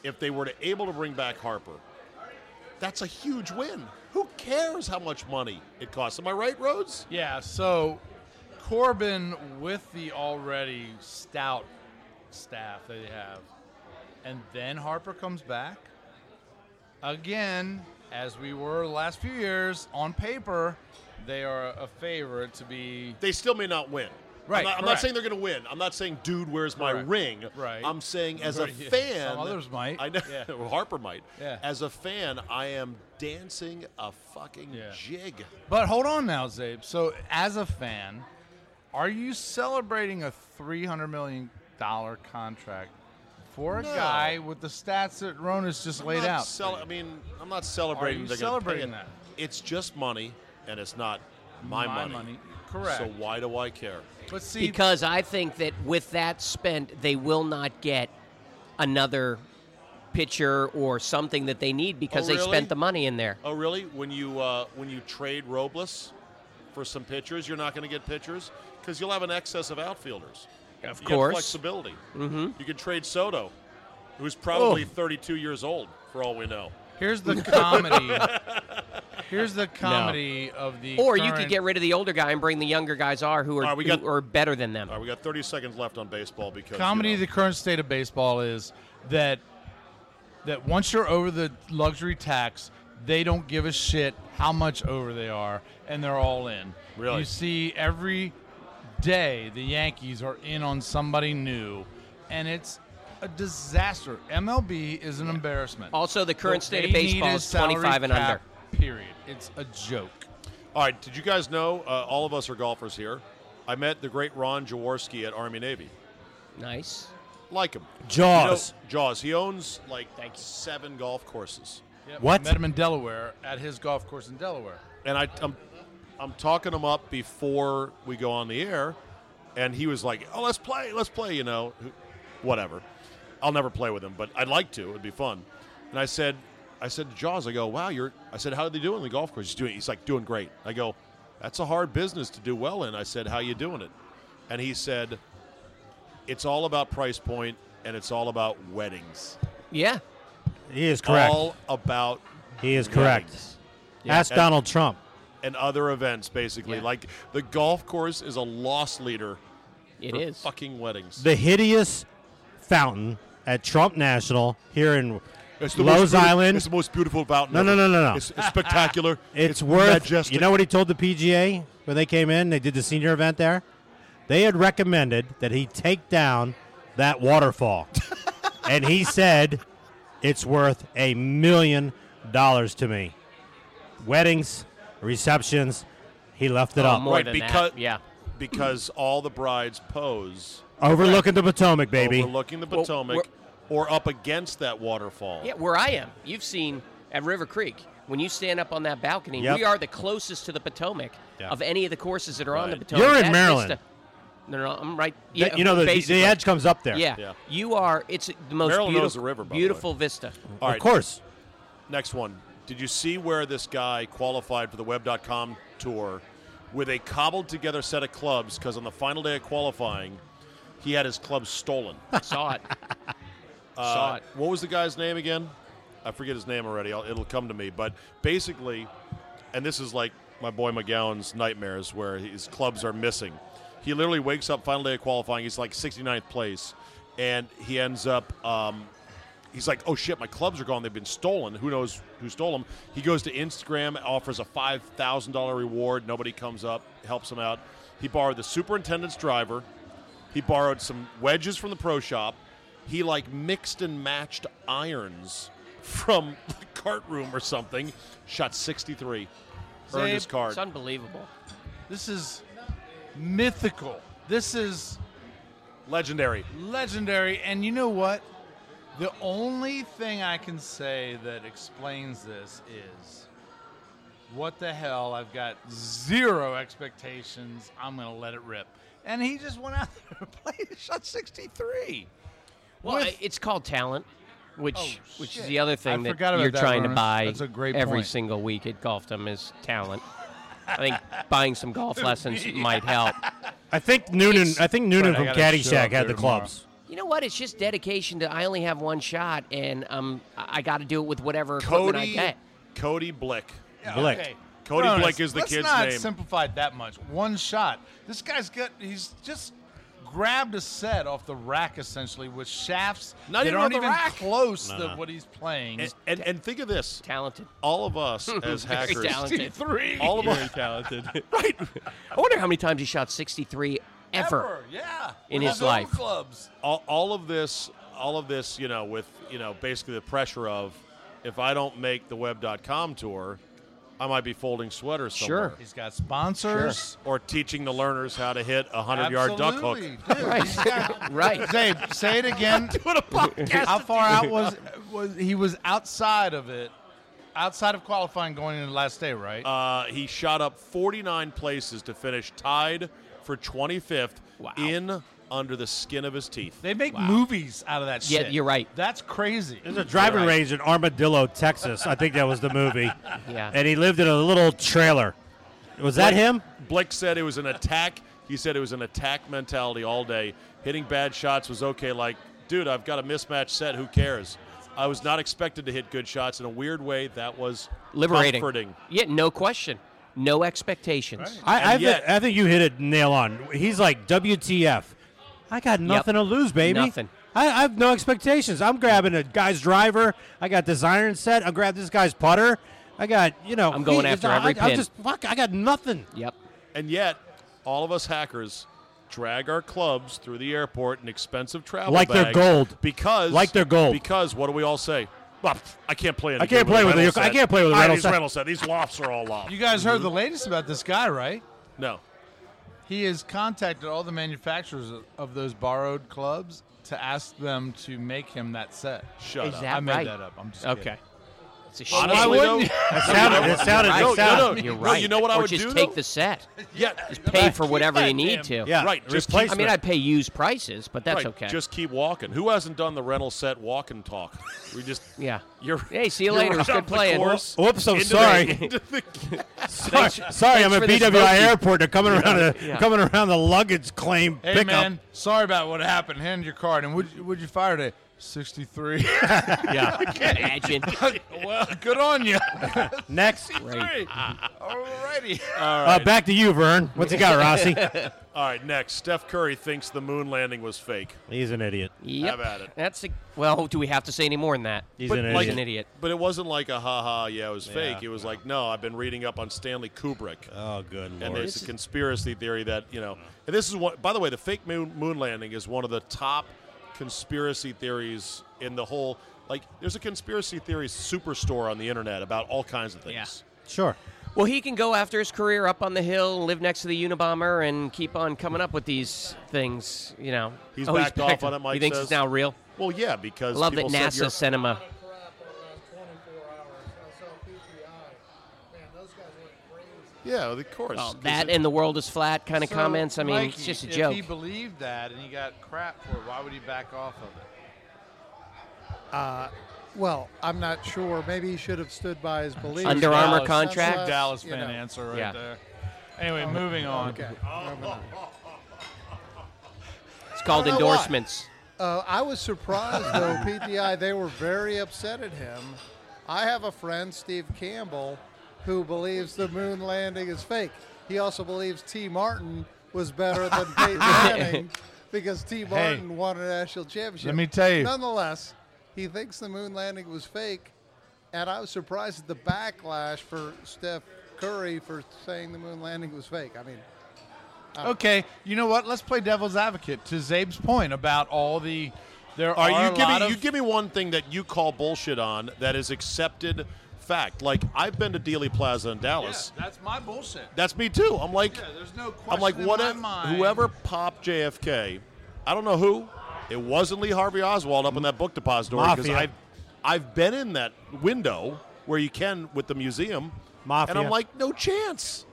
If they were to able to bring back Harper, that's a huge win. Who cares how much money it costs? Am I right, Rhodes? Yeah, so Corbin with the already stout staff that they have, and then Harper comes back. Again, as we were last few years, on paper, they are a favorite to be. They still may not win. Right, I'm not, I'm not correct. saying they're going to win. I'm not saying, dude, where's my Correct. ring? Right. I'm saying, as a Right, yeah. fan, Some others might. I know Yeah. well, Harper might. Yeah. As a fan, I am dancing a fucking Yeah. jig. But hold on now, Zabe. So, as a fan, are you celebrating a three hundred million dollar contract for a No. guy with the stats that Ronas just laid I'm not out? cel- I mean, I'm not celebrating. Are you they're gonna pay celebrating it. that? It's just money, and it's not my, My money. Correct. So why do I care? but see, because I think that with that spent, they will not get another pitcher or something that they need because they really? spent the money in there. Oh, really? When you uh, when you trade Robles for some pitchers, you're not going to get pitchers because you'll have an excess of outfielders. Of You get course. flexibility. Mm-hmm. You can trade Soto, who's probably 32 years old for all we know. Here's the comedy. Here's the comedy of the. Or you could current- get rid of the older guy and bring the younger guys are who are, All right, we got- who are better than them. All right, we got 30 seconds left on baseball because comedy. You of The current state of baseball is that that once you're over the luxury tax, they don't give a shit how much over they are, and they're all in. Really? You see every day the Yankees are in on somebody new, and it's a disaster. MLB is an embarrassment. Also, the current What state they of baseball need is 25 and salary under. cap, Period. It's a joke. All right, did you guys know uh, all of us are golfers here? I met the great Ron Jaworski at Army Navy. Nice. Like him. Jaws. You know, Jaws. He owns like seven golf courses. Yep. What? Met him in Delaware at his golf course in Delaware. And I, I'm, I'm talking him up before we go on the air, and he was like, "Oh, let's play, let's play," you know, whatever. I'll never play with him, but I'd like to. It'd be fun. And I said, I said to Jaws, I go, "Wow, you're." I said, "How did they do on the golf course?" He's doing. He's like doing great. I go, "That's a hard business to do well in." I said, "How you doing it?" And he said, "It's all about price point, and it's all about weddings. Yeah. He is correct. All about he is correct. weddings. Ask And- Donald Trump. and other events, basically. Yeah. Like the golf course is a loss leader It for is. fucking weddings. The hideous fountain at Trump National here in it's Lowe's beauti- Island. It's the most beautiful fountain. No, ever. no, no, no, no. It's, it's spectacular. It's, worth. majestic. You know what he told the PGA when they came in? They did the senior event there. They had recommended that he take down that waterfall, and he said it's worth a million dollars to me. Weddings, receptions, he left it Oh, up, more right, than because- that. Yeah. because all the brides pose overlooking the Potomac, baby. overlooking the Well, Potomac or up against that waterfall. Yeah, where I am. You've seen at River Creek. When you stand up on that balcony, Yep. we are the closest to the Potomac Yeah. of any of the courses that are on the Right. Potomac. You're in That Maryland. vista- No, no, I'm right. That- Yeah, you know the, the- basically. the edge comes up there. Yeah. Yeah. you are. It's the most Maryland beautiful, owns the river, by the way. beautiful vista. All of right, course. next one. Did you see where this guy qualified for the web.com tour with a cobbled together set of clubs? Because on the final day of qualifying, he had his clubs stolen. Saw it. Saw Uh, it. what was the guy's name again? I forget his name already. I'll, it'll come to me. But basically, and this is like my boy McGowan's nightmares where his clubs are missing. He literally wakes up final day of qualifying. He's like 69th place, and he ends up. Um, he's like, "Oh shit, my clubs are gone. They've been stolen. Who knows who stole them?" He goes to Instagram, offers a five thousand dollar reward. Nobody comes up, helps him out. He borrowed the superintendent's driver. He borrowed some wedges from the pro shop. He like mixed and matched irons from the cart room or something. Shot 63. Earned his Zabe, card. It's unbelievable. This is mythical. This is Legendary. legendary. And you know what? The only thing I can say that explains this is what the hell? I've got zero expectations. I'm going to let it rip. And he just went out there and played, shot 63. Well, With- I- it's called talent, which Oh, which is shit. the other I thing that forgot about you're that, trying to Ernest. buy That's a great every point. single week at Golfdom is talent. I think buying some golf lessons might help. I think Noonan. It's- I think Noonan Right, I from gotta show up Caddyshack there had the tomorrow. clubs. You know what? It's just dedication to I only have one shot, and um, I got to do it with whatever equipment I Cody get. Cody Blick. Blick. Cody Ernest, Blick is the let's kid's not name. simplify it that much. One shot. This guy's got. He's just grabbed a set off the rack essentially with shafts Not that even aren't off the even rack. close to what he's playing. And, and, and think of this: Talented, all of us as Very hackers, talented. Three. all of us, talented. right? I wonder how many times he shot 63 ever. Yeah. in With his own life. Clubs. all, all of this, all of this, you know, with you know, basically the pressure of if I don't make the web.com tour, I might be folding sweaters somewhere. He's got sponsors. Or teaching the learners how to hit a hundred-yard duck hook. Absolutely, Right. dude. Dave, say it again. How far out was was he was outside of it? Outside of qualifying going into the last day, right? Uh, he shot up 49 places to finish tied for 25th in under the skin of his teeth. they make movies out of that Yeah, shit. you're right. That's crazy. There's a driving range in Armadillo, Texas. I think that was the movie. Yeah. And he lived in a little trailer. Was that him? Blake said it was an attack. He said it was an attack mentality all day. Hitting bad shots was okay. Like, dude, I've got a mismatched set. Who cares? I was not expected to hit good shots. In a weird way, that was Liberating. comforting. Yeah, no question. No expectations. I, I, And yet- thi- I think you hit it nail on. He's like WTF. I got nothing to lose, baby. Nothing. I, I have no expectations. I'm grabbing a guy's driver. I got this iron set. I grab this guy's putter. I got you know. I'm going he- after I, every I, I pin. just fuck. I got nothing. Yep. And yet, all of us hackers drag our clubs through the airport in expensive travel Like they're bags gold. because Like they're gold. because what do we all say? Well, pff, I can't play. in I a game can't play a with rental a- I set. can't play with a Ah, rental these set." rental set. These lofts are all loft. You guys heard Mm-hmm. the latest about this guy, right? no, He has contacted all the manufacturers of- of those borrowed clubs to ask them to make him that set. shut Is up. that I made right? that up. I'm just Okay. kidding. It's a Honestly, shame. though- It sounded. It sounded. right. It No, no, sounded. no. You're No, right. you know what I or would just do, take though? the set. Yeah, Just pay for whatever you need to. Yeah. Right, just keep- I Replacement. mean, I pay used prices, but that's right, okay. Just keep walking. Who hasn't done the rental set walk and talk? We just yeah. You're Hey, see you you're later. right Good off the playing. course Whoops. Oh, I'm into the- sorry. into the- sorry. sorry, I'm thanks at for this BWI monkey. airport. They're coming around. The, Yeah. Coming around the luggage claim Hey pickup. man, sorry about what happened. Hand your card and would would you fire today? Sixty three. Imagine. well, good on you. Next. Right. Alrighty. Uh, back to you, Vern. What's he got, Rossi? All right, next. Steph Curry thinks the moon landing was fake. He's an idiot. Yep. Have at it. That's a, well. Do we have to say any more than that? He's But an like- idiot. He's an idiot. But it wasn't like a ha ha, yeah, it was fake. It was like, no, I've been reading up on Stanley Kubrick. Oh, good and there's a conspiracy theory that, you know, and this is one, by the way, the fake moon, moon landing is one of the top conspiracy theories in the whole, like, there's a conspiracy theory superstore on the internet about all kinds of things. Sure. Well, he can go after his career up on the hill, live next to the Unabomber, and keep on coming up with these things. You know, He's oh, backed off back on it, Mike He thinks says. it's now real. Well, yeah, because Love that people said you're- NASA sent him a. Yeah, of course. Well, 'cause Oh, that it- and the world is flat kind of So, comments. I mean, it's Mikey, just a if joke. he believed that and he got crap for it, why would he back off of it? Well, I'm not sure. Maybe he should have stood by his beliefs. Under That's Armour less- contract? that's less, Dallas you fan know. answer right Yeah. there. Anyway, moving on. Okay. it's called I don't know why. endorsements. Uh, I was surprised though, PTI. They were very upset at him. I have a friend, Steve Campbell, who believes the moon landing is fake. He also believes T. Martin was better than Peyton Manning because T. Martin won a national championship. Let me tell you. Nonetheless, he thinks the moon landing was fake, and I was surprised at the backlash for Steph Curry for saying the moon landing was fake. I mean, Okay, you know what? Let's play devil's advocate to Zabe's point about all the. There All are, right, you a give lot me of you give me one thing that you call bullshit on that is accepted fact. Like I've been to Dealey Plaza in Dallas. that's my bullshit. That's me too. I'm like there's no question I'm like in what my if mind. whoever popped JFK, I don't know who, It wasn't Lee Harvey Oswald up in that book depository because Mafia. I've I've been in that window where you can with the museum, and Mafia. I'm like, no chance.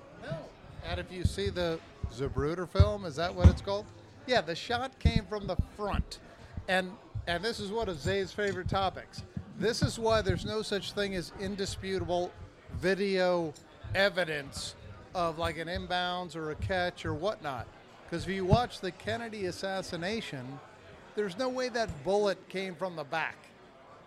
And if you see the Zabruder film, is that what it's called? Yeah, the shot came from the front. And and this is one of Zay's favorite topics. This is why there's no such thing as indisputable video evidence of like an inbounds or a catch or whatnot. Because if you watch the Kennedy assassination, there's no way that bullet came from the back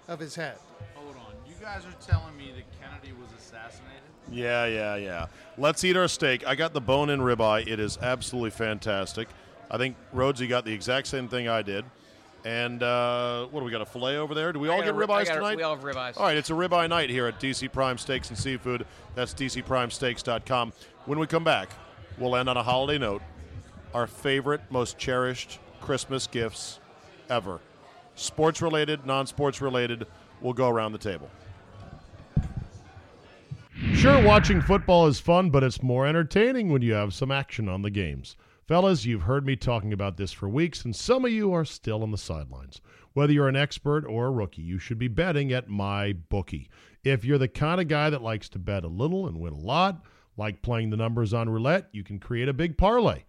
of his head. Hold on. You guys are telling me that Kennedy was assassinated? Yeah, yeah, yeah. Let's eat our steak. I got the bone in ribeye. It is absolutely fantastic. I think Rhodesy got the exact same thing I did. And uh, what do we got? A fillet over there? Do we all got a get ri- I ribeyes got a- tonight? we all have ribeyes. All right, it's a ribeye night here at DC Prime Steaks and Seafood. That's DCPrimeSteaks.com. When we come back, we'll end on a holiday note. Our favorite, most cherished Christmas gifts ever. Sports related, non sports related. We'll go around the table. Sure, watching football is fun, but it's more entertaining when you have some action on the games. Fellas, you've heard me talking about this for weeks, and some of you are still on the sidelines. Whether you're an expert or a rookie, you should be betting at my bookie. If you're the kind of guy that likes to bet a little and win a lot, like playing the numbers on roulette, you can create a big parlay.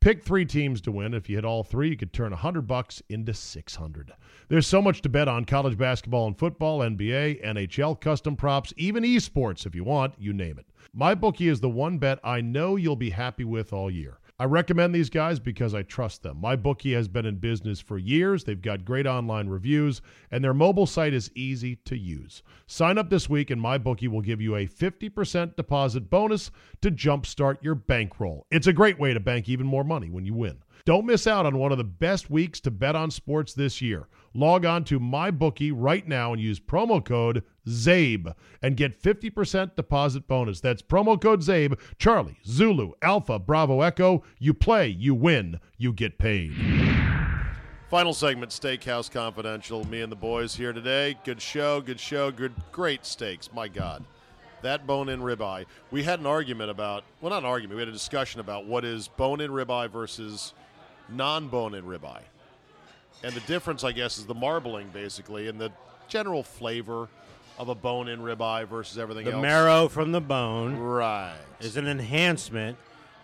Pick three teams to win. If you hit all three, you could turn 100 bucks into 600. There's so much to bet on college basketball and football, NBA, NHL, custom props, even esports if you want, you name it. MyBookie is the one bet I know you'll be happy with all year. I recommend these guys because I trust them. MyBookie has been in business for years. They've got great online reviews, and their mobile site is easy to use. Sign up this week, and MyBookie will give you a 50% deposit bonus to jumpstart your bankroll. It's a great way to bank even more money when you win. Don't miss out on one of the best weeks to bet on sports this year. Log on to MyBookie right now and use promo code ZABE and get 50% deposit bonus. That's promo code ZABE, Charlie, Zulu, Alpha, Bravo, Echo. You play, you win, you get paid. Final segment, Steakhouse Confidential. Me and the boys here today. Good show, good show, good, great steaks. My God, that bone-in ribeye. We had an argument about, well, not an argument. We had a discussion about what is bone-in ribeye versus non-bone-in ribeye, and the difference, I guess, is the marbling basically, and the general flavor of a bone-in ribeye versus everything The else. marrow from the bone right, is an enhancement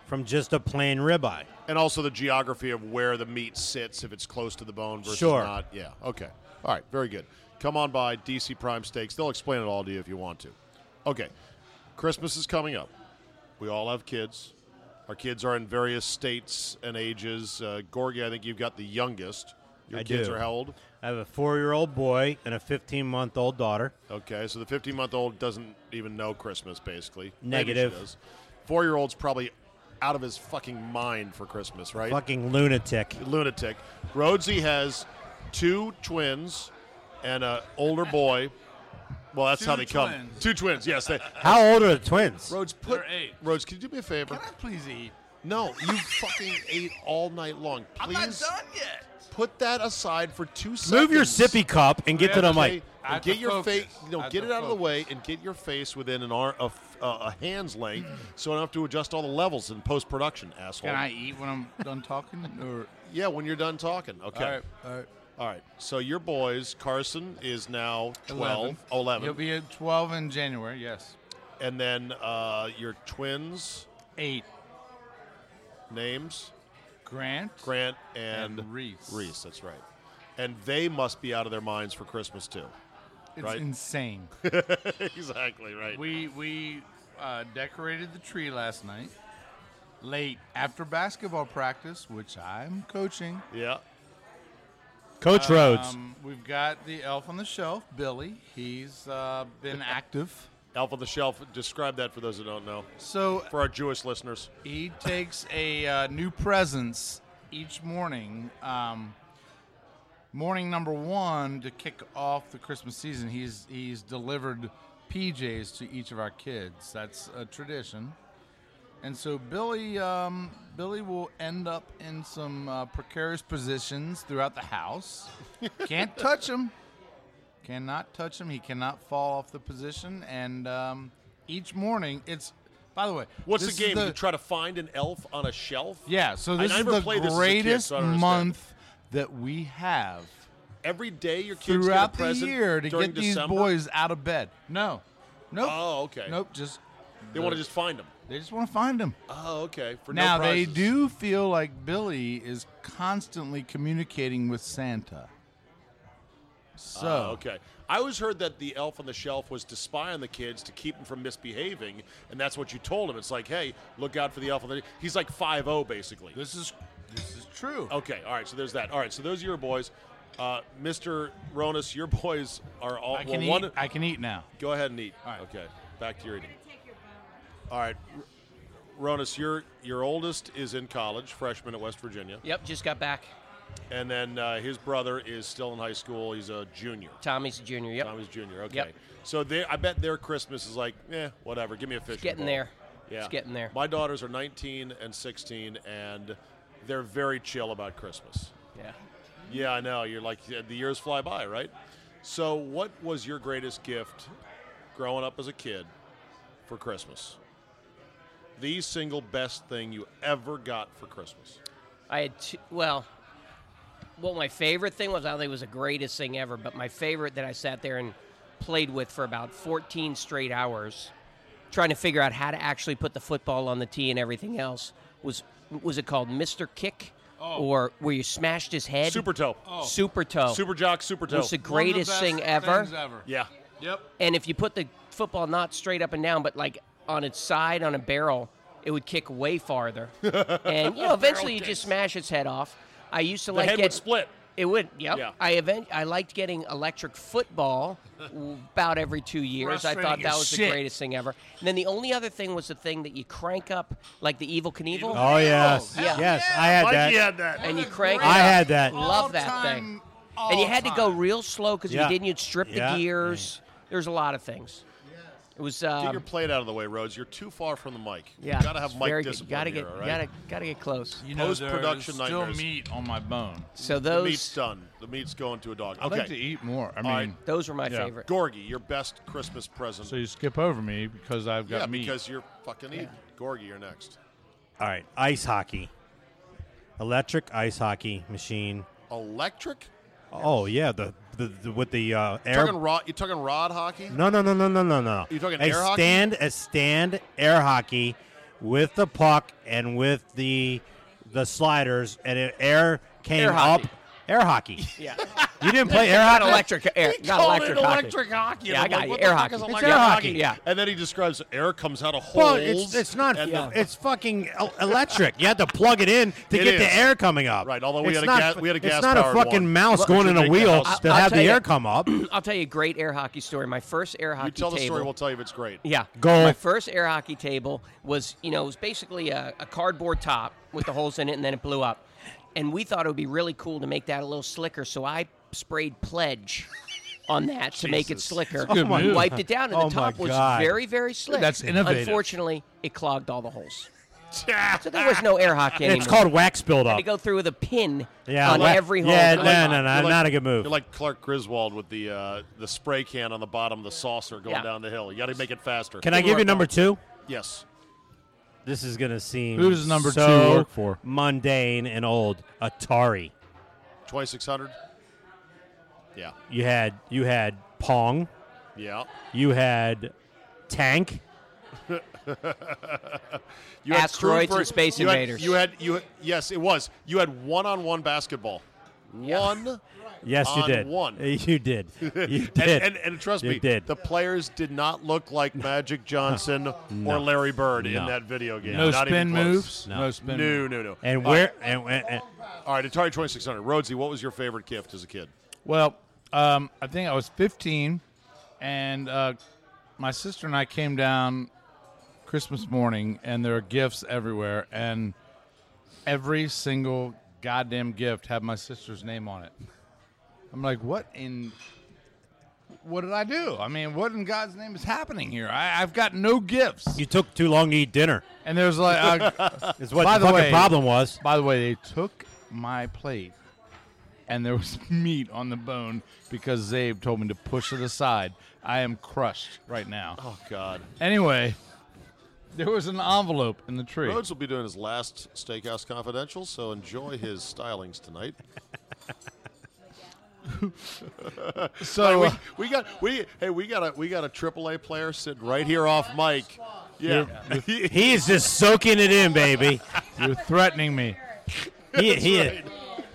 from just a plain ribeye. and also the geography of where the meat sits, if it's close to the bone versus Sure. not. Yeah. Okay. All right. Very good. Come on by DC Prime Steaks. They'll explain it all to you if you want to. Okay. Christmas is coming up. We all have kids. Our kids are in various states and ages. Uh, Gorgie, I think you've got the youngest. Your I kids do. are how old? I have a four-year-old boy and a 15-month-old daughter. Okay, so the 15 month old doesn't even know Christmas, basically. Negative. Four year old's probably out of his fucking mind for Christmas, right? Fucking lunatic. lunatic. Rhodesy has two twins and an older boy. Well, that's Two how they come. twins. Two twins, yes. They, How old are the twins? Rhodes, put. They're eight. Rhodes, can you do me a favor? Can I please eat? No, you fucking ate all night long. I'm Please not done yet. put that aside for two seconds. Move your sippy cup and get to the Okay, mic. and I have get to your face. focus. No, I have get to it out of the focus. way and get your face within an arm, a, f- a- a hand's length, so I don't have to adjust all the levels in post production, asshole. Can I eat when I'm done talking? Or Yeah, when you're done talking. Okay. all right, all right. All right. So your boys, Carson is now 12, 11, He'll be at twelve in January. Yes. and then uh, your twins' Eight. names, Grant. Grant and, And Reese. Reese, that's right. And they must be out of their minds for Christmas too. It's right. insane. exactly right. we we uh, decorated the tree last night. Late after basketball practice, which I'm coaching. yeah. Coach Rhodes. Um, we've got the elf on the shelf, Billy. He's uh, been active. Elf on the Shelf. Describe that for those who don't know. So For our Jewish listeners. He takes a uh, new presence each morning. Um, morning number one to kick off the Christmas season, he's he's delivered PJs to each of our kids. That's a tradition. And so Billy um, Billy will end up in some uh, precarious positions throughout the house. Can't touch him. Cannot touch him. He cannot fall off the position. And um, each morning, it's. By the way, What's this the is game? you try to find an elf on a shelf? yeah, so this I is never the played this as a kid, greatest so I don't understand. month that we have Every day your kids throughout get a the present year to during get these December? boys out of bed. No, nope. Oh, okay. Nope. Just They want to just find them. they just want to find them. Oh, okay. For now no they prizes. do feel like Billy is constantly communicating with Santa. So Ah, okay. I always heard that the elf on the shelf was to spy on the kids to keep them from misbehaving, and that's what you told him. It's like, hey, look out for the elf on the. He's like 5 basically. this is this is true. Okay, all right. So there's that. All right. So those are your boys, uh, Mr. Ronas. Your boys are all. I can well, eat. One, I can eat now. go ahead and eat. All right. Okay. Back to your eating. All right, R- Ronas. Your your oldest is in college, freshman at West Virginia, Yep, just got back. and then uh, his brother is still in high school. He's a junior. Tommy's a junior. Yep, Tommy's junior. Okay. Yep. So they, I bet their Christmas is like, eh, whatever. Give me a fish. getting bowl. there. Yeah, It's getting there. My daughters are 19 and 16, and they're very chill about Christmas. yeah. Yeah, I know. You're like yeah, the years fly by, right? So, what was your greatest gift growing up as a kid for Christmas? The single best thing you ever got for Christmas. I had two, well, well, my favorite thing was I don't think it was the greatest thing ever, but my favorite that I sat there and played with for about 14 straight hours, trying to figure out how to actually put the football on the tee and everything else was was it called Mister Kick or where you smashed his head? Oh. Super toe. Super toe. Super jock, super toe. was the greatest thing ever. yeah. Yep. And if you put the football not straight up and down, but like on its side on a barrel, it would kick way farther. and you know, eventually you just smash its head off. I used to The like head get- would split. It would. Yep. Yeah. I event. I liked getting electric football about every two years. I thought Frustrating that as was the shit. greatest thing ever. And then the only other thing was the thing that you crank up, like the Evil Knievel. Oh yes, yeah. yes, I had that. that. And you crank. I it up. had that. Love that thing. And you had to go real slow because if Yeah. you didn't, you'd strip Yeah. the gears. There's a lot of things. It was. Get your Um, plate out of the way, Rhodes. You're too far from the mic. yeah, You gotta have it's mic very good. discipline Gotta here, get, all right? gotta, gotta get close. You know, Post-production there's still nightmares. meat on my bone. So the those, meat's done. The meat's going to a dog. I'd Okay. like to eat more. I mean, right. those were my Yeah. favorite. Gorgie, your best Christmas present. so you skip over me because I've got yeah, meat. because you're fucking eating. Gorgie, you're next. All right, ice hockey, electric ice hockey machine. Electric? Oh yeah, the, the, the with the uh, air. Talking rod, you talking rod hockey? No, no, no, no, no, no, no. You talking a air hockey? stand, a stand air hockey with the puck and with the the sliders, and it air came Air up. hockey. Air hockey. Yeah. You didn't play air hockey. Not electric air. Not Call electric it hockey. electric hockey. Yeah, And I I'm got like, you. what Air the fuck hockey. is It's electric air hockey. Yeah. And then he describes air comes out of holes. Well, it's it's not. and then- It's fucking el- electric. You had to plug it in to It get is. the air coming up. Right, although we It's had a not ga- fu- we had a It's not a gas-powered fucking one. mouse Look, going you in a make wheel that house- to I'll have the tell you. air come up. I'll tell you a great air hockey story. My first air hockey you tell the table. story, we'll tell you if it's great. yeah, Go. My first air hockey table was, you know, it was basically a, a cardboard top with the holes in it, and then it blew up. And we thought it would be really cool to make that a little slicker, so I sprayed pledge on that to make it slicker. good and move. wiped it down, and Oh the my top was God. very, very slick. That's innovative. Unfortunately, it clogged all the holes. so there was no air hockey anymore. It's called wax buildup. to go through with a pin Yeah, on wa- every hole. Yeah, that no, went on. no, no, You're like- not a good move. You're like Clark Griswold with the uh, the spray can on the bottom of the saucer going Yeah. down the hill. You got to make it faster. Can I give you number two? Yes. This is gonna seem Who does number two so work for? Mundane and old Atari. 2600? Yeah. You had you had Pong. Yeah. You had Tank. You had Asteroids crew and Space you had- Invaders. you had you yes, it was. You had one-on-one basketball. One Yes, you On did. one. You did. You did. and, and, and trust You me, did. the players did not look like Magic Johnson or Larry Bird in No. that video game. no not spin even close. moves. No. No, spin. No, moves. no, no. And all right, where and, and, and all right, Atari 2600. Rhodesy, what was your favorite gift as a kid? Well, um, I think I was 15, and uh, my sister and I came down Christmas morning, and there are gifts everywhere, and every single goddamn gift had my sister's name on it. I'm like, what in? What did I do? I mean, what in God's name is happening here? I, I've got no gifts. you took too long to eat dinner. And there's like, uh, Is what By the, the fucking way- problem was. By the way, they took my plate, and there was meat on the bone because Zabe told me to push it aside. I am crushed right now. Oh God, Anyway, there was an envelope in the tree. Rhodes will be doing his last Steakhouse Confidential, so enjoy his stylings tonight. so we, we got we hey we got a we got a AAA player sitting right here off mic. Yeah, He is just soaking it in, baby. You're threatening me. He, he,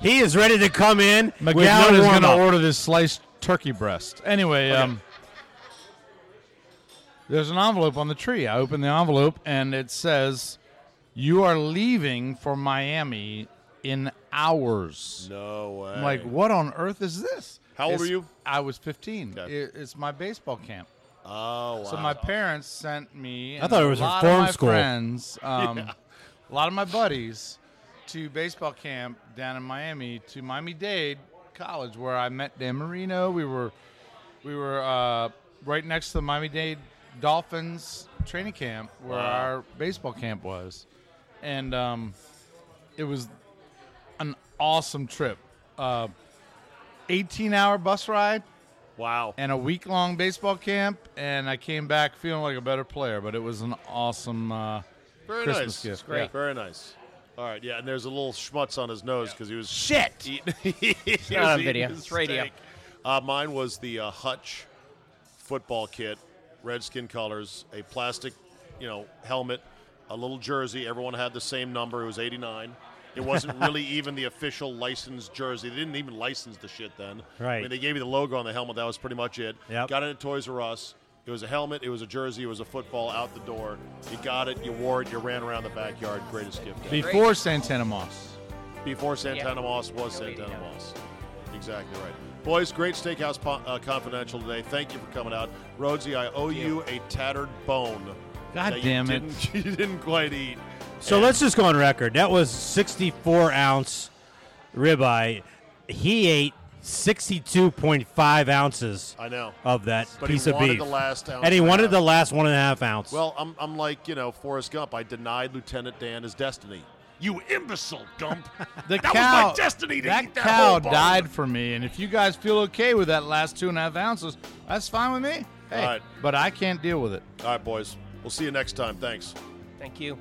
he is ready to come in. with McGowan no is going to warm-up. order this sliced turkey breast. Anyway, um, there's an envelope on the tree. I open the envelope and it says, "You are leaving for Miami in hours." no way. I'm like, what on earth is this? How old It's- were you? I was 15. Okay. It- it's my baseball camp. oh wow. So my parents sent me. I thought and it was a lot reform of my school. Friends, um, a lot of my buddies, to baseball camp down in Miami to Miami Dade College, where I met Dan Marino. We were we were uh, right next to the Miami Dade Dolphins training camp, where our baseball camp was, and um, it was an awesome trip. Uh, 18 hour bus ride wow. and a week long baseball camp, and I came back feeling like a better player. But it was an awesome. Uh, Very nice. Christmas gift. Yeah, Great. Very nice. All right. Yeah, and there's a little schmutz on his nose because he was Shit. eating. he was not on eating video. his It's radio. steak. Uh, mine was the uh, Hutch football kit, redskin colors, a plastic, you know, helmet, a little jersey. Everyone had the same number. It was 89. It wasn't really even the official licensed jersey. They didn't even license the shit then. I Right. mean, they gave you the logo on the helmet. That was pretty much it. Yep. Got it at Toys R Us. It was a helmet. It was a jersey. It was a football out the door. You got it. You wore it. You ran around the backyard. Greatest gift ever before Santana Moss. before Santana Yeah. Moss was No, we didn't Santana know. Moss. Exactly right. Boys, great Steakhouse po- uh, Confidential today. Thank you for coming out. Rhodesy, I owe you a tattered bone. God that you damn it. Didn't, you didn't quite eat. So And- let's just go on record. That was 64 ounce ribeye. He ate 62.5 ounces I know. Uh, of that But he piece of wanted beef, the last ounce and he and a wanted half. the last one and a half ounce. Well, I'm, I'm like, you know, Forrest Gump. I denied Lieutenant Dan his destiny. You imbecile, Gump. The That was cow, my destiny to that eat that cow whole bone. died for me, and if you guys feel okay with that last two and a half ounces, that's fine with me. Hey, All right. but I can't deal with it. All right, boys. We'll see you next time. Thanks. Thank you.